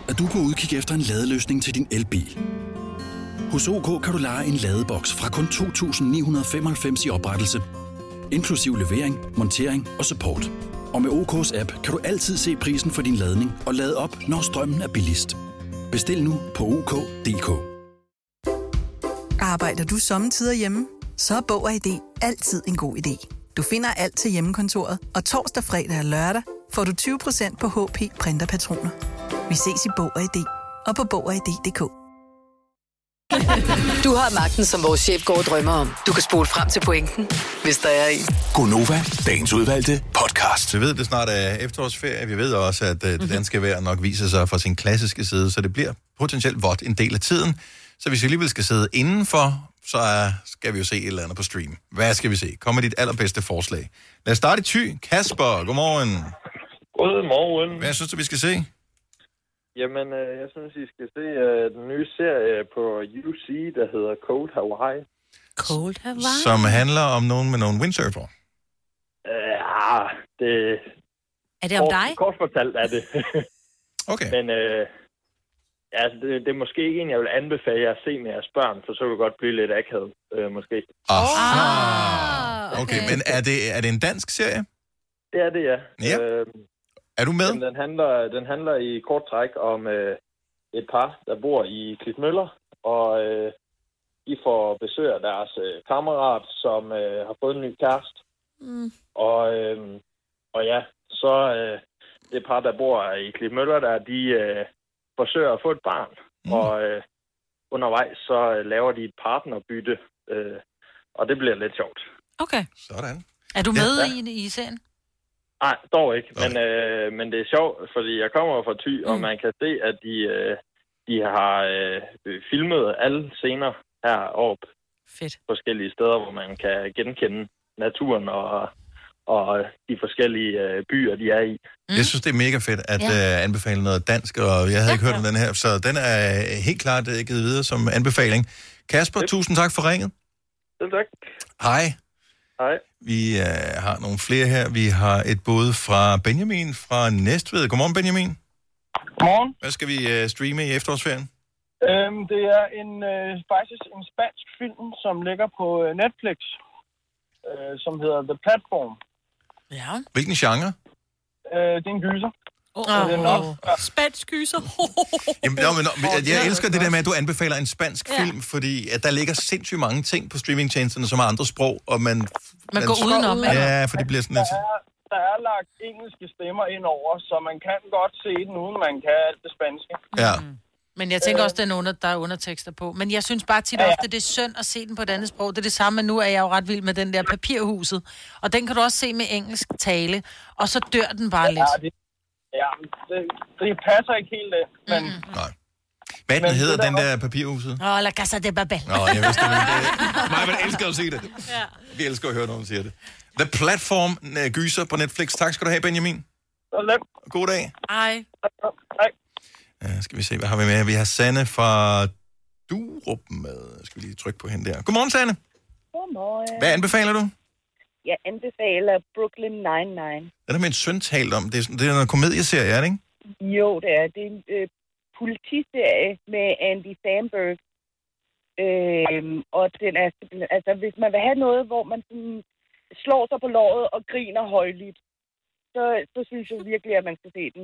[SPEAKER 7] Er du på udkig efter en ladeløsning til din elbil? Hos OK kan du lege en ladeboks fra kun 2.995 i oprettelse, inklusiv levering, montering og support. Og med OK's app kan du altid se prisen for din ladning og lade op, når strømmen er billigst. Bestil nu på OK.dk.
[SPEAKER 8] Arbejder du sommetider hjemme? Så er Bog og ID altid en god idé. Du finder alt til hjemmekontoret, og torsdag, fredag og lørdag får du 20% på HP printerpatroner. Vi ses i Bog og ID og på Bog og ID.dk.
[SPEAKER 10] Du har magten, som vores chef går og drømmer om. Du kan spole frem til pointen, hvis der er en.
[SPEAKER 1] Gonova, dagens udvalgte podcast. Vi ved, det snart er efterårsferie. Vi ved også, at øh, det danske vejr nok viser sig fra sin klassiske side, så det bliver potentielt vådt en del af tiden. Så hvis vi alligevel skal sidde indenfor, så øh, skal vi jo se et eller andet på stream. Hvad skal vi se? Kom med dit allerbedste forslag. Lad os starte i Thy. Kasper, godmorgen.
[SPEAKER 17] Godmorgen.
[SPEAKER 1] Hvad synes du, vi skal se?
[SPEAKER 17] Jamen, øh, jeg synes, I skal se øh, den nye serie på UC, der hedder Cold Hawaii.
[SPEAKER 2] Cold Hawaii.
[SPEAKER 1] Som handler om nogen med nogen windsurfer.
[SPEAKER 17] Øh, ah, det...
[SPEAKER 2] Er det om
[SPEAKER 17] kort,
[SPEAKER 2] dig?
[SPEAKER 17] Kort fortalt er det.
[SPEAKER 1] okay.
[SPEAKER 17] Men øh, ja, altså, det, det er måske ikke en, jeg vil anbefale jer at se med jeres børn, for så vil det godt blive lidt akavet, øh, måske.
[SPEAKER 1] Ah. Okay, okay men er det, er det en dansk serie?
[SPEAKER 17] Det er det, ja.
[SPEAKER 1] Ja.
[SPEAKER 17] Øh,
[SPEAKER 1] er du med?
[SPEAKER 17] Jamen, den, handler, den handler i kort træk om øh, et par, der bor i Klitmøller, og øh, de får besøg af deres øh, kammerat, som øh, har fået en ny kæreste.
[SPEAKER 6] Mm.
[SPEAKER 17] Og, øh, og ja, så øh, det par, der bor i Klitmøller, der, de øh, forsøger at få et barn. Mm. Og øh, undervejs så øh, laver de et partnerbytte, øh, og det bliver lidt sjovt.
[SPEAKER 3] Okay.
[SPEAKER 1] Sådan.
[SPEAKER 3] Er du med
[SPEAKER 17] Ja.
[SPEAKER 3] ja. i, i serien?
[SPEAKER 17] Nej, dog ikke. Men, øh, men det er sjovt, fordi jeg kommer jo fra Thy, mm. og man kan se, at de, øh, de har øh, øh, filmet alle scener heroppe.
[SPEAKER 3] Fedt.
[SPEAKER 17] Forskellige steder, hvor man kan genkende naturen og, og de forskellige øh, byer, de er i.
[SPEAKER 1] Mm. Jeg synes, det er mega fedt at
[SPEAKER 17] Ja.
[SPEAKER 1] ja. uh, anbefale noget dansk, og jeg havde ja, ikke hørt om den her, så den er helt klart uh, givet videre som anbefaling. Kasper, yep. tusind tak for ringet.
[SPEAKER 17] Selv tak.
[SPEAKER 1] Hej.
[SPEAKER 17] Hej.
[SPEAKER 1] Vi uh, har nogle flere her. Vi har et bud fra Benjamin fra Næstved. Godmorgen, Benjamin.
[SPEAKER 18] Godmorgen.
[SPEAKER 1] Hvad skal vi uh, streame i øh, efterårsferien?
[SPEAKER 14] Øhm, det er en, øh, faktisk en spansk film, som ligger på øh, Netflix, øh, som hedder The Platform.
[SPEAKER 3] Ja.
[SPEAKER 1] Hvilken genre?
[SPEAKER 14] Øh, det er en gyser.
[SPEAKER 3] Oh,
[SPEAKER 14] det er nok.
[SPEAKER 3] Spansk gyser.
[SPEAKER 1] Jamen, nå, men, nå, men jeg, jeg elsker det der med, at du anbefaler en spansk
[SPEAKER 3] Ja.
[SPEAKER 1] film, fordi at der ligger sindssygt mange ting på streamingtjenesterne, som har andre sprog, og man... Man,
[SPEAKER 14] går udenom, ikke?
[SPEAKER 1] Ja, for det bliver sådan lidt...
[SPEAKER 14] Der er lagt engelske stemmer ind over, så man kan godt se den, uden man kan alt det spanske.
[SPEAKER 1] Ja.
[SPEAKER 3] Men jeg
[SPEAKER 1] Øh.
[SPEAKER 3] tænker også, den under, der er undertekster på. Men jeg synes bare tit og ofte, det er synd at se den på et andet sprog. Det er det samme, men nu er jeg jo ret vild med den der papirhuset. Og den kan du også se med engelsk tale. Og så dør den bare lidt.
[SPEAKER 14] Ja, det, ja, det, det passer ikke helt det, men...
[SPEAKER 1] Nej. Hvad den hedder, den der papirhuset?
[SPEAKER 3] Mm. Åh, oh, la casa de babel.
[SPEAKER 1] Nå, jeg vidste det. Mig, man elsker at se det. Vi elsker at høre, når hun siger det. The Platform øh, gyser på Netflix. Tak skal du have, Benjamin. God dag.
[SPEAKER 3] Ej.
[SPEAKER 1] Ja, skal vi se, hvad har vi med? Vi har Sanne fra Durup med. Skal vi lige trykke på hende der. Godmorgen, Sanne.
[SPEAKER 18] Godmorgen.
[SPEAKER 1] Hvad anbefaler du?
[SPEAKER 18] Jeg anbefaler Brooklyn Nine-Nine.
[SPEAKER 1] Den har min søn talt om. Det er, sådan- det er noget komedieserie, er det ikke?
[SPEAKER 18] Jo, det er. Det er en øh, politiserie med Andy Samberg. Øhm, og den er simpelthen- altså, hvis man vil have noget, hvor man sådan slår sig på låret og griner højlydt, så, så synes jeg virkelig, at man skal se den.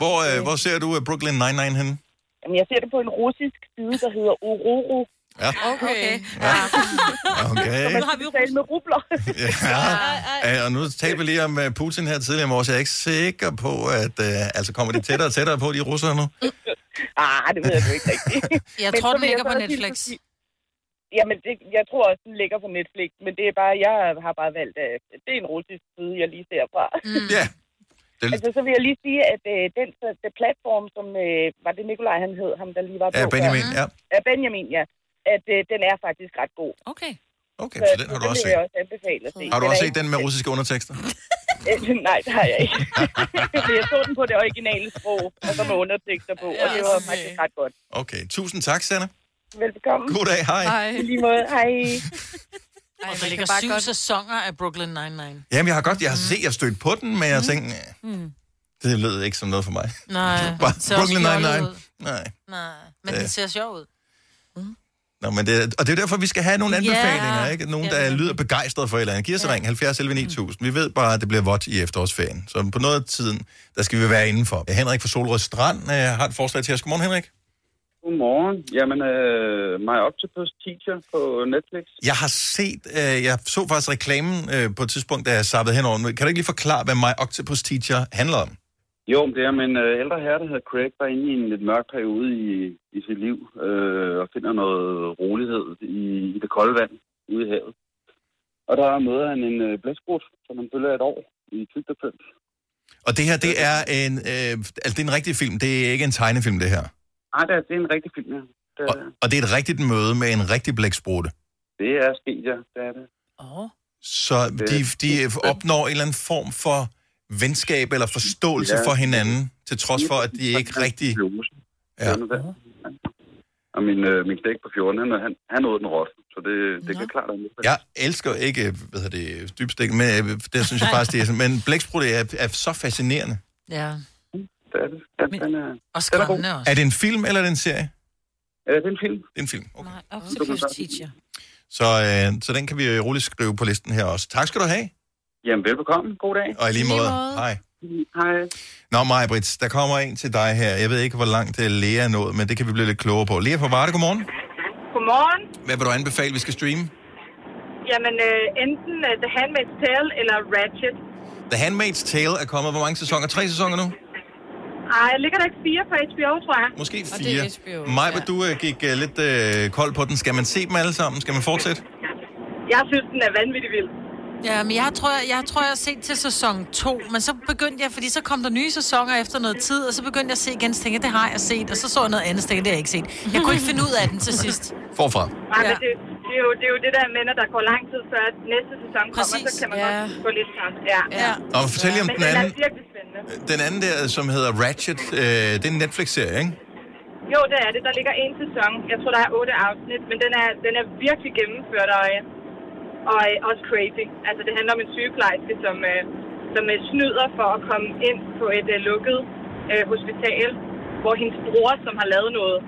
[SPEAKER 1] Hvor, øh, hvor ser du øh, Brooklyn Nine-Nine henne?
[SPEAKER 18] Jamen, jeg ser det på en russisk side, der hedder Ororo.
[SPEAKER 1] Ja.
[SPEAKER 18] Okay.
[SPEAKER 1] Okay.
[SPEAKER 18] Så man skal tale med rubler.
[SPEAKER 1] Ja. Øh, Og nu talte vi lige om øh, Putin her tidligere i morges. Jeg er ikke sikker på, at... Øh, altså, kommer de tættere og tættere på, de russere nu?
[SPEAKER 18] Ah, det ved jeg nu ikke rigtigt.
[SPEAKER 3] Jeg
[SPEAKER 18] Men
[SPEAKER 3] tror,
[SPEAKER 18] så
[SPEAKER 3] den
[SPEAKER 18] vil jeg
[SPEAKER 3] ligger
[SPEAKER 18] så
[SPEAKER 3] på
[SPEAKER 18] også
[SPEAKER 3] Netflix.
[SPEAKER 18] hilse og sige- Jamen, det, jeg tror også, den ligger på Netflix, men det er bare, jeg har bare valgt, at det er en russisk side, jeg lige ser fra.
[SPEAKER 3] Mm.
[SPEAKER 1] Ja.
[SPEAKER 18] Det... Altså, så vil jeg lige sige, at øh, den så- det platform, som, øh, var det Nikolaj, han hed, ham der lige var på?
[SPEAKER 1] Ja, Benjamin,
[SPEAKER 18] før?
[SPEAKER 1] ja.
[SPEAKER 18] Ja, Benjamin, ja. At øh, den er faktisk ret god.
[SPEAKER 3] Okay.
[SPEAKER 1] Okay, så den har du også
[SPEAKER 18] vil
[SPEAKER 1] set.
[SPEAKER 18] jeg også anbefale at se.
[SPEAKER 1] Har du
[SPEAKER 18] Den
[SPEAKER 1] også
[SPEAKER 18] er
[SPEAKER 1] set den med russiske undertekster?
[SPEAKER 18] ikke- Øh, Nej, det har jeg ikke. Men jeg så den på det originale sprog, og så med undertekster på, og det var faktisk ret godt.
[SPEAKER 1] Okay, tusind tak, Sanne.
[SPEAKER 18] Velbekomme.
[SPEAKER 1] God dag, hej. Hej.
[SPEAKER 18] I lige måde, hej.
[SPEAKER 3] Ej, og der
[SPEAKER 18] man
[SPEAKER 3] ligger
[SPEAKER 18] kan bare
[SPEAKER 3] syv
[SPEAKER 18] godt-
[SPEAKER 3] sæsoner af Brooklyn Nine-Nine.
[SPEAKER 1] Jamen, jeg har godt, jeg har set, jeg har stødt på den, men jeg mm. tænkte, "Næh,
[SPEAKER 3] Mm.
[SPEAKER 18] Hmm.
[SPEAKER 1] det lød ikke som noget for mig.
[SPEAKER 3] Nej.
[SPEAKER 1] Bare
[SPEAKER 3] den ser også
[SPEAKER 1] Brooklyn
[SPEAKER 3] fjollet
[SPEAKER 1] Nine-Nine.
[SPEAKER 3] ud.
[SPEAKER 1] Nej.
[SPEAKER 3] Nej, men
[SPEAKER 1] Ja.
[SPEAKER 3] den ser sjov ud.
[SPEAKER 1] Nå, men det, og det er jo derfor, vi skal have nogle
[SPEAKER 3] Ja.
[SPEAKER 1] anbefalinger, ikke? Nogen, der lyder begejstret for et eller andet. Giv os ja. Mm. ring, 70 11 9000. Vi ved bare, at det bliver vådt i efterårsferien. Så på noget af tiden, der skal vi være indenfor. Henrik fra Solrød Strand øh, har et forslag til os. Godmorgen, Henrik.
[SPEAKER 19] Godmorgen. Jamen, øh, My Octopus Teacher på Netflix.
[SPEAKER 1] Jeg har set, øh, jeg så faktisk reklamen øh, på et tidspunkt, da jeg sappede henover. den. Kan du ikke lige forklare, hvad My Octopus Teacher handler om?
[SPEAKER 19] Jo, men det er med en øh, ældre herre, der hedder Craig, der er inde i en lidt mørk periode i, i sit liv øh, og finder noget rolighed i, i det kolde vand ude i havet. Og der møder han en øh, blæskrut, som han følger et år i tygterpønt.
[SPEAKER 1] Og det her, det er en, øh, altså, det er en rigtig film. Det er ikke en tegnefilm, det her.
[SPEAKER 19] Nej, Ah, det er, det er en rigtig film, ja. Det,
[SPEAKER 1] Og, og det er et rigtigt møde med en rigtig blæksprutte.
[SPEAKER 19] det er sket, ja. Det er det.
[SPEAKER 3] Oh.
[SPEAKER 1] Så de, de opnår en eller anden form for venskab eller forståelse
[SPEAKER 19] Ja.
[SPEAKER 1] for hinanden, til trods for, at de ikke rigtig... Ja.
[SPEAKER 19] Og min, øh, min stæk på 14, han, han, han åd den råt, så det, det kan klart anbefales.
[SPEAKER 1] Jeg elsker ikke, hvad hedder det, dybstik, men øh, det synes jeg faktisk, det er sådan. Men blæksprutte er, er så fascinerende.
[SPEAKER 3] Ja.
[SPEAKER 19] Det er det. Den, den er,
[SPEAKER 3] Og skræmmende også.
[SPEAKER 1] Er det en film, eller er det en serie?
[SPEAKER 19] Ja, det er en film.
[SPEAKER 1] Det er en film. Okay.
[SPEAKER 3] Nej, Octopus Teacher.
[SPEAKER 1] Så, øh, så den kan vi øh, roligt skrive på listen her også. Tak skal du have.
[SPEAKER 19] Jamen, velbekomme. God dag.
[SPEAKER 1] Og i lige måde.
[SPEAKER 19] måde.
[SPEAKER 1] Hej.
[SPEAKER 19] Hej.
[SPEAKER 1] Nå, Maja Brits, der kommer en til dig her. Jeg ved ikke, hvor langt øh, Lea er nået, men det kan vi blive lidt klogere på. Lea fra Varde, godmorgen.
[SPEAKER 11] Godmorgen.
[SPEAKER 1] Hvad vil du anbefale, vi skal streame?
[SPEAKER 11] Jamen, øh, enten uh, The Handmaid's Tale eller Ratchet.
[SPEAKER 1] The Handmaid's Tale er kommet. Hvor mange sæsoner? Tre sæsoner nu?
[SPEAKER 11] Ej, ligger der ikke fire på HBO, tror jeg?
[SPEAKER 1] Måske Fire. Maja, ja. du øh, gik øh, lidt øh, kold på den. Skal man se dem alle sammen? Skal man fortsætte?
[SPEAKER 11] Jeg synes, den er vanvittig vild.
[SPEAKER 3] Ja, men jeg tror, jeg, jeg tror, jeg har set til sæson 2, men så begyndte jeg, fordi så kom der nye sæsoner efter noget tid, og så begyndte jeg at se igen, så tænkte jeg, det har jeg set, og så så jeg noget andet, så tænkte jeg, det har jeg ikke set. Jeg kunne ikke finde ud af den til sidst.
[SPEAKER 1] Forfra.
[SPEAKER 11] Ej, ja. men det, det, er jo, det er jo det der med, når der går lang tid, før at næste sæson Præcis. kommer, så kan man ja. godt gå lidt sammen. Ja. ja.
[SPEAKER 1] Og fortæl lige om
[SPEAKER 11] Men
[SPEAKER 1] den
[SPEAKER 11] den er
[SPEAKER 1] anden.
[SPEAKER 11] virkelig spændende.
[SPEAKER 1] Den anden der, som hedder Ratchet, øh, det er en Netflix-serie, ikke?
[SPEAKER 11] Jo, det er det. Der ligger en sæson. Jeg tror, der er otte afsnit, men den er, den er virkelig gennemført og, øh, og øh, også crazy. Altså, det handler om en sygeplejerske, som, øh, som øh, snyder for at komme ind på et øh, lukket øh, hospital, hvor hendes bror, som har lavet noget,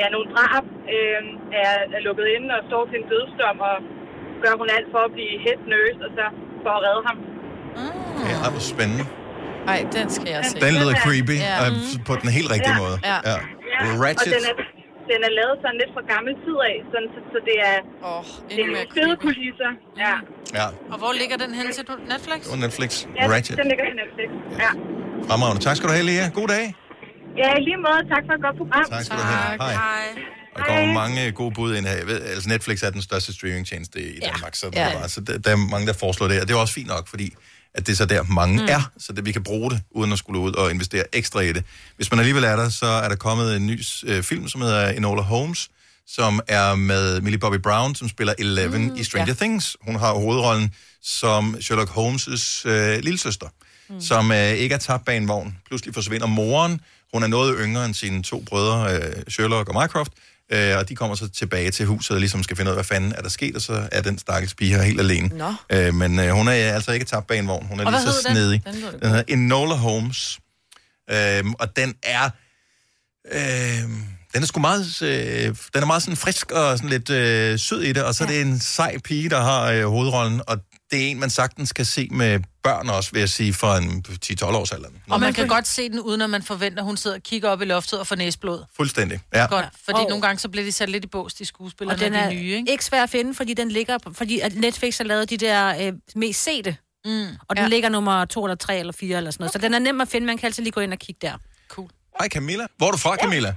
[SPEAKER 20] ja, nogle drab, øh, er, er lukket inde og står til en dødsdom, og gør hun alt for at blive head nurse, og så for at redde ham.
[SPEAKER 1] Ja, ej, hvor spændende.
[SPEAKER 4] Nej, den skal jeg se.
[SPEAKER 1] Den lyder creepy,
[SPEAKER 4] Ja. Mhm.
[SPEAKER 1] og på den helt rigtige
[SPEAKER 20] Ja.
[SPEAKER 1] måde.
[SPEAKER 20] Ja. Og
[SPEAKER 1] Ratchet.
[SPEAKER 20] den er, den er lavet sådan lidt fra gammel tid af, sådan, så, så det er,
[SPEAKER 4] oh,
[SPEAKER 20] det er nogle fede kulisser. Ja.
[SPEAKER 1] Ja,
[SPEAKER 3] Og hvor ligger den henne til du- Netflix?
[SPEAKER 1] på Netflix.
[SPEAKER 20] ja,
[SPEAKER 1] Ratchet.
[SPEAKER 20] den ligger på Netflix. Ja.
[SPEAKER 1] Fremragende. Tak skal du have, Lea. God dag.
[SPEAKER 20] ja, i lige måde. Tak for et godt program.
[SPEAKER 1] Tak skal du have. Tak. Hej. Der kommer mange øh, gode bud ind her. Jeg ved, altså Netflix er den største streamingtjeneste i Danmark, så,
[SPEAKER 20] Ja.
[SPEAKER 1] ja. bare, så der, der er mange, der foreslår det, og det er også fint nok, fordi at det er så der, mange
[SPEAKER 9] Mm.
[SPEAKER 1] mm. er, så det, vi kan bruge det, uden at skulle ud og investere ekstra i det. Hvis man alligevel er der, så er der kommet en ny øh, film, som hedder Enola Holmes, som er med Millie Bobby Brown, som spiller Eleven mm, i Stranger ja. Things. Hun har hovedrollen som Sherlock Holmes' øh, lillesøster, mm. som øh, ikke er tabt bag en vogn. Pludselig forsvinder moren. Hun er noget yngre end sine to brødre, øh, Sherlock og Mycroft, øh, og de kommer så tilbage til huset og ligesom skal finde ud af, hvad fanden er der sket, og så er den stakkels pige her helt alene.
[SPEAKER 4] Nå.
[SPEAKER 1] Øh, men øh, hun er øh, altså ikke tabt bag en vogn. Hun er
[SPEAKER 4] Og
[SPEAKER 1] lige
[SPEAKER 4] hvad
[SPEAKER 1] så
[SPEAKER 4] hed den?
[SPEAKER 1] snedig.
[SPEAKER 4] Den lyder da
[SPEAKER 1] Den hedder Enola Holmes. Øhm, og den er... Øhm, den er sgu meget, øh, den er meget sådan frisk og sådan lidt øh, sød i det, og så ja. er det en sej pige, der har øh, hovedrollen, og det er en, man sagtens kan se med børn også, vil jeg sige, fra en 10-12 års alder.
[SPEAKER 3] Og man kan godt se den, uden at man forventer, at hun sidder og kigger op i loftet og får næsblod.
[SPEAKER 1] Fuldstændig, ja.
[SPEAKER 3] Godt, fordi
[SPEAKER 2] Og-
[SPEAKER 3] nogle gange så bliver de sat lidt i bås, de skuespillere,
[SPEAKER 2] Og den
[SPEAKER 3] er
[SPEAKER 2] er
[SPEAKER 3] de nye, ikke?
[SPEAKER 2] ikke svær at finde, fordi den ligger, på- fordi at Netflix har lavet de der øh, mest sete.
[SPEAKER 3] Mm.
[SPEAKER 2] Og den ja. ligger nummer 2 eller 3 eller 4 eller sådan noget. Okay. Så den er nem at finde, man kan altid lige gå ind og kigge der.
[SPEAKER 1] Hej Camilla. Hvor er du fra, Camilla?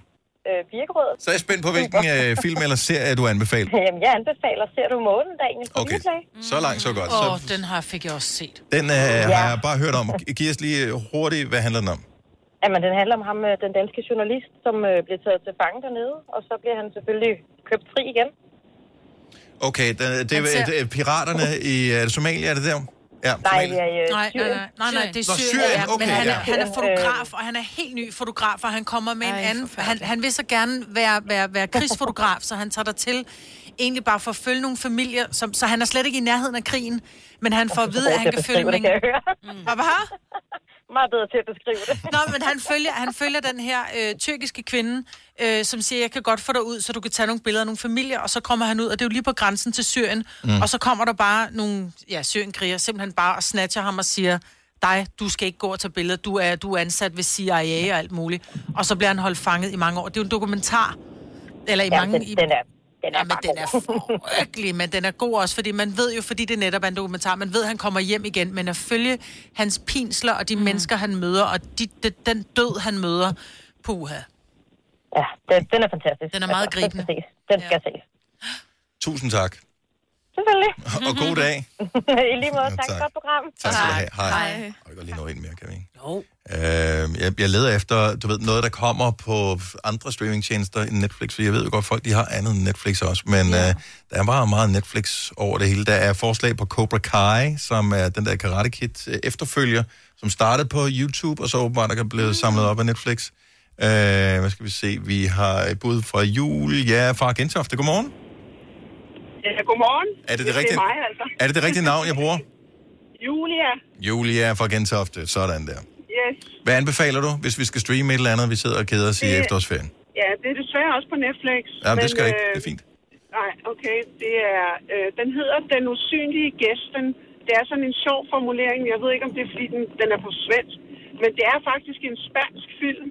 [SPEAKER 21] øh, Birkerød.
[SPEAKER 1] Så er jeg spændt på, hvilken øh, film eller serie, du anbefaler.
[SPEAKER 21] Jamen, jeg anbefaler, ser du månen, Daniel, på
[SPEAKER 1] Okay.
[SPEAKER 21] Viaplay?
[SPEAKER 1] Så langt, så godt.
[SPEAKER 3] Åh,
[SPEAKER 1] Så,
[SPEAKER 3] oh, den har fik jeg også set.
[SPEAKER 1] den øh, har
[SPEAKER 21] Ja.
[SPEAKER 1] jeg bare hørt om. Giv os lige øh, hurtigt, hvad handler den om?
[SPEAKER 21] Jamen, den handler om ham, øh, den danske journalist, som øh, bliver taget til fange dernede, og så bliver han selvfølgelig købt fri igen.
[SPEAKER 1] Okay, det, det,
[SPEAKER 21] Han
[SPEAKER 1] det,
[SPEAKER 21] ser-
[SPEAKER 1] det, piraterne i er det Somalia, er det der? Ja,
[SPEAKER 21] Nej,
[SPEAKER 1] Somalia.
[SPEAKER 21] det er øh,
[SPEAKER 3] Nej, nej,
[SPEAKER 21] Syrien. Øh.
[SPEAKER 3] nej, nej, nej, det er
[SPEAKER 1] Nå,
[SPEAKER 3] Syrien.
[SPEAKER 1] Syrien,
[SPEAKER 3] ja,
[SPEAKER 1] okay,
[SPEAKER 3] men han, er,
[SPEAKER 1] ja.
[SPEAKER 3] han er fotograf, og han er helt ny fotograf, og han kommer med Ej, en anden... Han, han vil så gerne være, være, være krigsfotograf, så han tager dig til egentlig bare for at følge nogle familier, som, så han er slet ikke i nærheden af krigen, men han får at vide, at han kan følge... Mm.
[SPEAKER 21] Det, kan jeg høre.
[SPEAKER 3] Hvad var
[SPEAKER 21] Meget bedre til at beskrive det.
[SPEAKER 3] Nå, men han følger, han følger den her øh, tyrkiske kvinde, øh, som siger, jeg kan godt få dig ud, så du kan tage nogle billeder af nogle familier, og så kommer han ud, og det er jo lige på grænsen til Syrien, mm.
[SPEAKER 21] Mm.
[SPEAKER 3] og så kommer der bare nogle ja, syrienkriger, simpelthen bare og snatcher ham og siger, dig, du skal ikke gå og tage billeder, du er, du er ansat ved CIA og alt muligt. Og så bliver han holdt fanget i mange år. Det er jo en dokumentar. Eller i
[SPEAKER 21] Jamen,
[SPEAKER 3] mange...
[SPEAKER 21] den-
[SPEAKER 3] i,
[SPEAKER 21] den er- den er
[SPEAKER 3] ja, men
[SPEAKER 21] bare
[SPEAKER 3] den er frygtelig, men den er god også, fordi man ved jo, fordi det netop er en dokumentar, man ved, at han kommer hjem igen, men at følge hans pinsler og de mm. mennesker, han møder, og de, de, den død, han møder, puha.
[SPEAKER 21] Ja, den, den er fantastisk. Altså,
[SPEAKER 3] Den er meget gribende.
[SPEAKER 21] Den skal ses. Den skal ses.
[SPEAKER 1] Tusind tak,
[SPEAKER 21] Selvfølgelig.
[SPEAKER 1] og god dag.
[SPEAKER 21] I lige måde, tak,
[SPEAKER 1] tak.
[SPEAKER 21] for et program.
[SPEAKER 1] Tak skal du have. Hej.
[SPEAKER 21] Hej.
[SPEAKER 1] Og vi går lige nå en mere, kan vi ikke? Øh, jeg, jeg leder efter, du ved, noget, der kommer på andre streamingtjenester end Netflix, for jeg ved jo godt, folk de har andet end Netflix også, men ja. øh, der er bare meget Netflix over det hele. Der er forslag på Cobra Kai, som er den der Karate Kid øh, efterfølger, som startede på YouTube, og så åbenbart er
[SPEAKER 21] Mm.
[SPEAKER 1] blevet samlet op af Netflix. Øh, hvad skal vi se? Vi har et bud fra Jul. Ja, fra Gentofte. Godmorgen.
[SPEAKER 22] Ja, godmorgen.
[SPEAKER 1] Er det det
[SPEAKER 22] Hvis
[SPEAKER 1] rigtige-
[SPEAKER 22] Det er mig, altså.
[SPEAKER 1] Er det det rigtige navn, jeg bruger?
[SPEAKER 22] Julia.
[SPEAKER 1] Julia fra Gentofte. Sådan der.
[SPEAKER 22] Yes.
[SPEAKER 1] Hvad anbefaler du, hvis vi skal streame et eller andet, vi sidder og keder os i
[SPEAKER 22] Det-
[SPEAKER 1] efterårsferien?
[SPEAKER 22] Ja, det er desværre også på Netflix. øh,
[SPEAKER 1] Ja, men øh, det skal jeg ikke. Det er fint.
[SPEAKER 22] Nej, okay. Det er, øh, den hedder Den usynlige gæsten. Det er sådan en sjov formulering. Jeg ved ikke, om det er, fordi den, den er på svensk. Men det er faktisk en spansk film.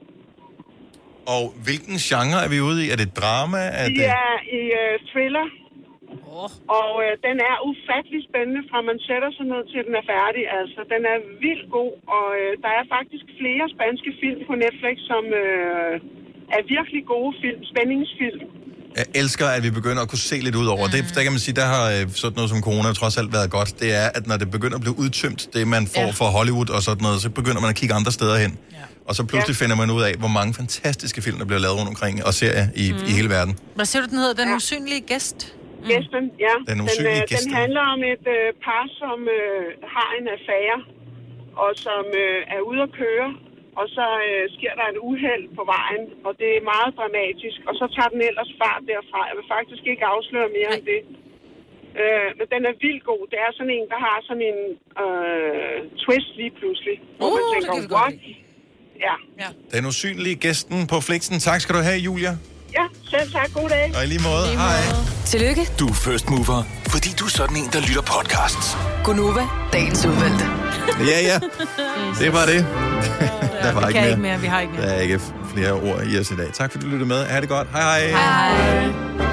[SPEAKER 1] Og hvilken genre er vi ude i? Er det drama? Er
[SPEAKER 22] De
[SPEAKER 1] det...
[SPEAKER 22] er i øh, thriller. Oh. Og øh, den er ufattelig spændende, fra man sætter sig ned til, den er færdig. Altså, den er vildt god, og øh, der er faktisk flere spanske film på Netflix, som øh, er virkelig gode film, spændingsfilm.
[SPEAKER 1] Jeg elsker, at vi begynder at kunne se lidt ud over. Mm. Det, der kan man sige, der har øh, sådan noget som corona trods alt været godt. Det er, at når det begynder at blive udtømt, det man får
[SPEAKER 9] Ja.
[SPEAKER 1] ja. fra Hollywood og sådan noget, så begynder man at kigge andre steder hen. Ja. Og så pludselig
[SPEAKER 22] Ja.
[SPEAKER 1] ja. finder man ud af, hvor mange fantastiske film, der bliver lavet rundt omkring og serier i, mm. i hele verden.
[SPEAKER 22] Hvad siger du, den hedder? Den ja. usynlige gæst? Mm. Gæsten, ja.
[SPEAKER 1] Den usynlige
[SPEAKER 22] den,
[SPEAKER 1] gæsten.
[SPEAKER 22] Den handler om et øh, par, som øh, har en affære, og som øh, er ude at køre. Og så øh, sker der et uheld på vejen, og det er meget dramatisk. Og så tager den ellers fart derfra. Jeg vil faktisk ikke afsløre mere end det. Øh, men den er vildt god. Det er sådan en, der har sådan en øh, twist lige pludselig. Hvor man tænker, what? Ja.
[SPEAKER 1] Den usynlige gæsten på Flixen. Tak skal du have, Julia.
[SPEAKER 22] Ja, selv tak. God dag.
[SPEAKER 1] Og i lige måde, lige måde. hej.
[SPEAKER 10] Tillykke,
[SPEAKER 9] Du er first mover, fordi du er sådan en, der lytter podcasts.
[SPEAKER 10] Gunova, dagens udvalgte.
[SPEAKER 1] Ja, ja. Det var det. Der var
[SPEAKER 3] vi
[SPEAKER 1] ikke
[SPEAKER 3] kan
[SPEAKER 1] mere.
[SPEAKER 3] ikke mere, vi har ikke mere.
[SPEAKER 1] Der er ikke flere ord i os i dag. Tak fordi du lyttede med. Ha' det godt. Hej hej.
[SPEAKER 3] Hej.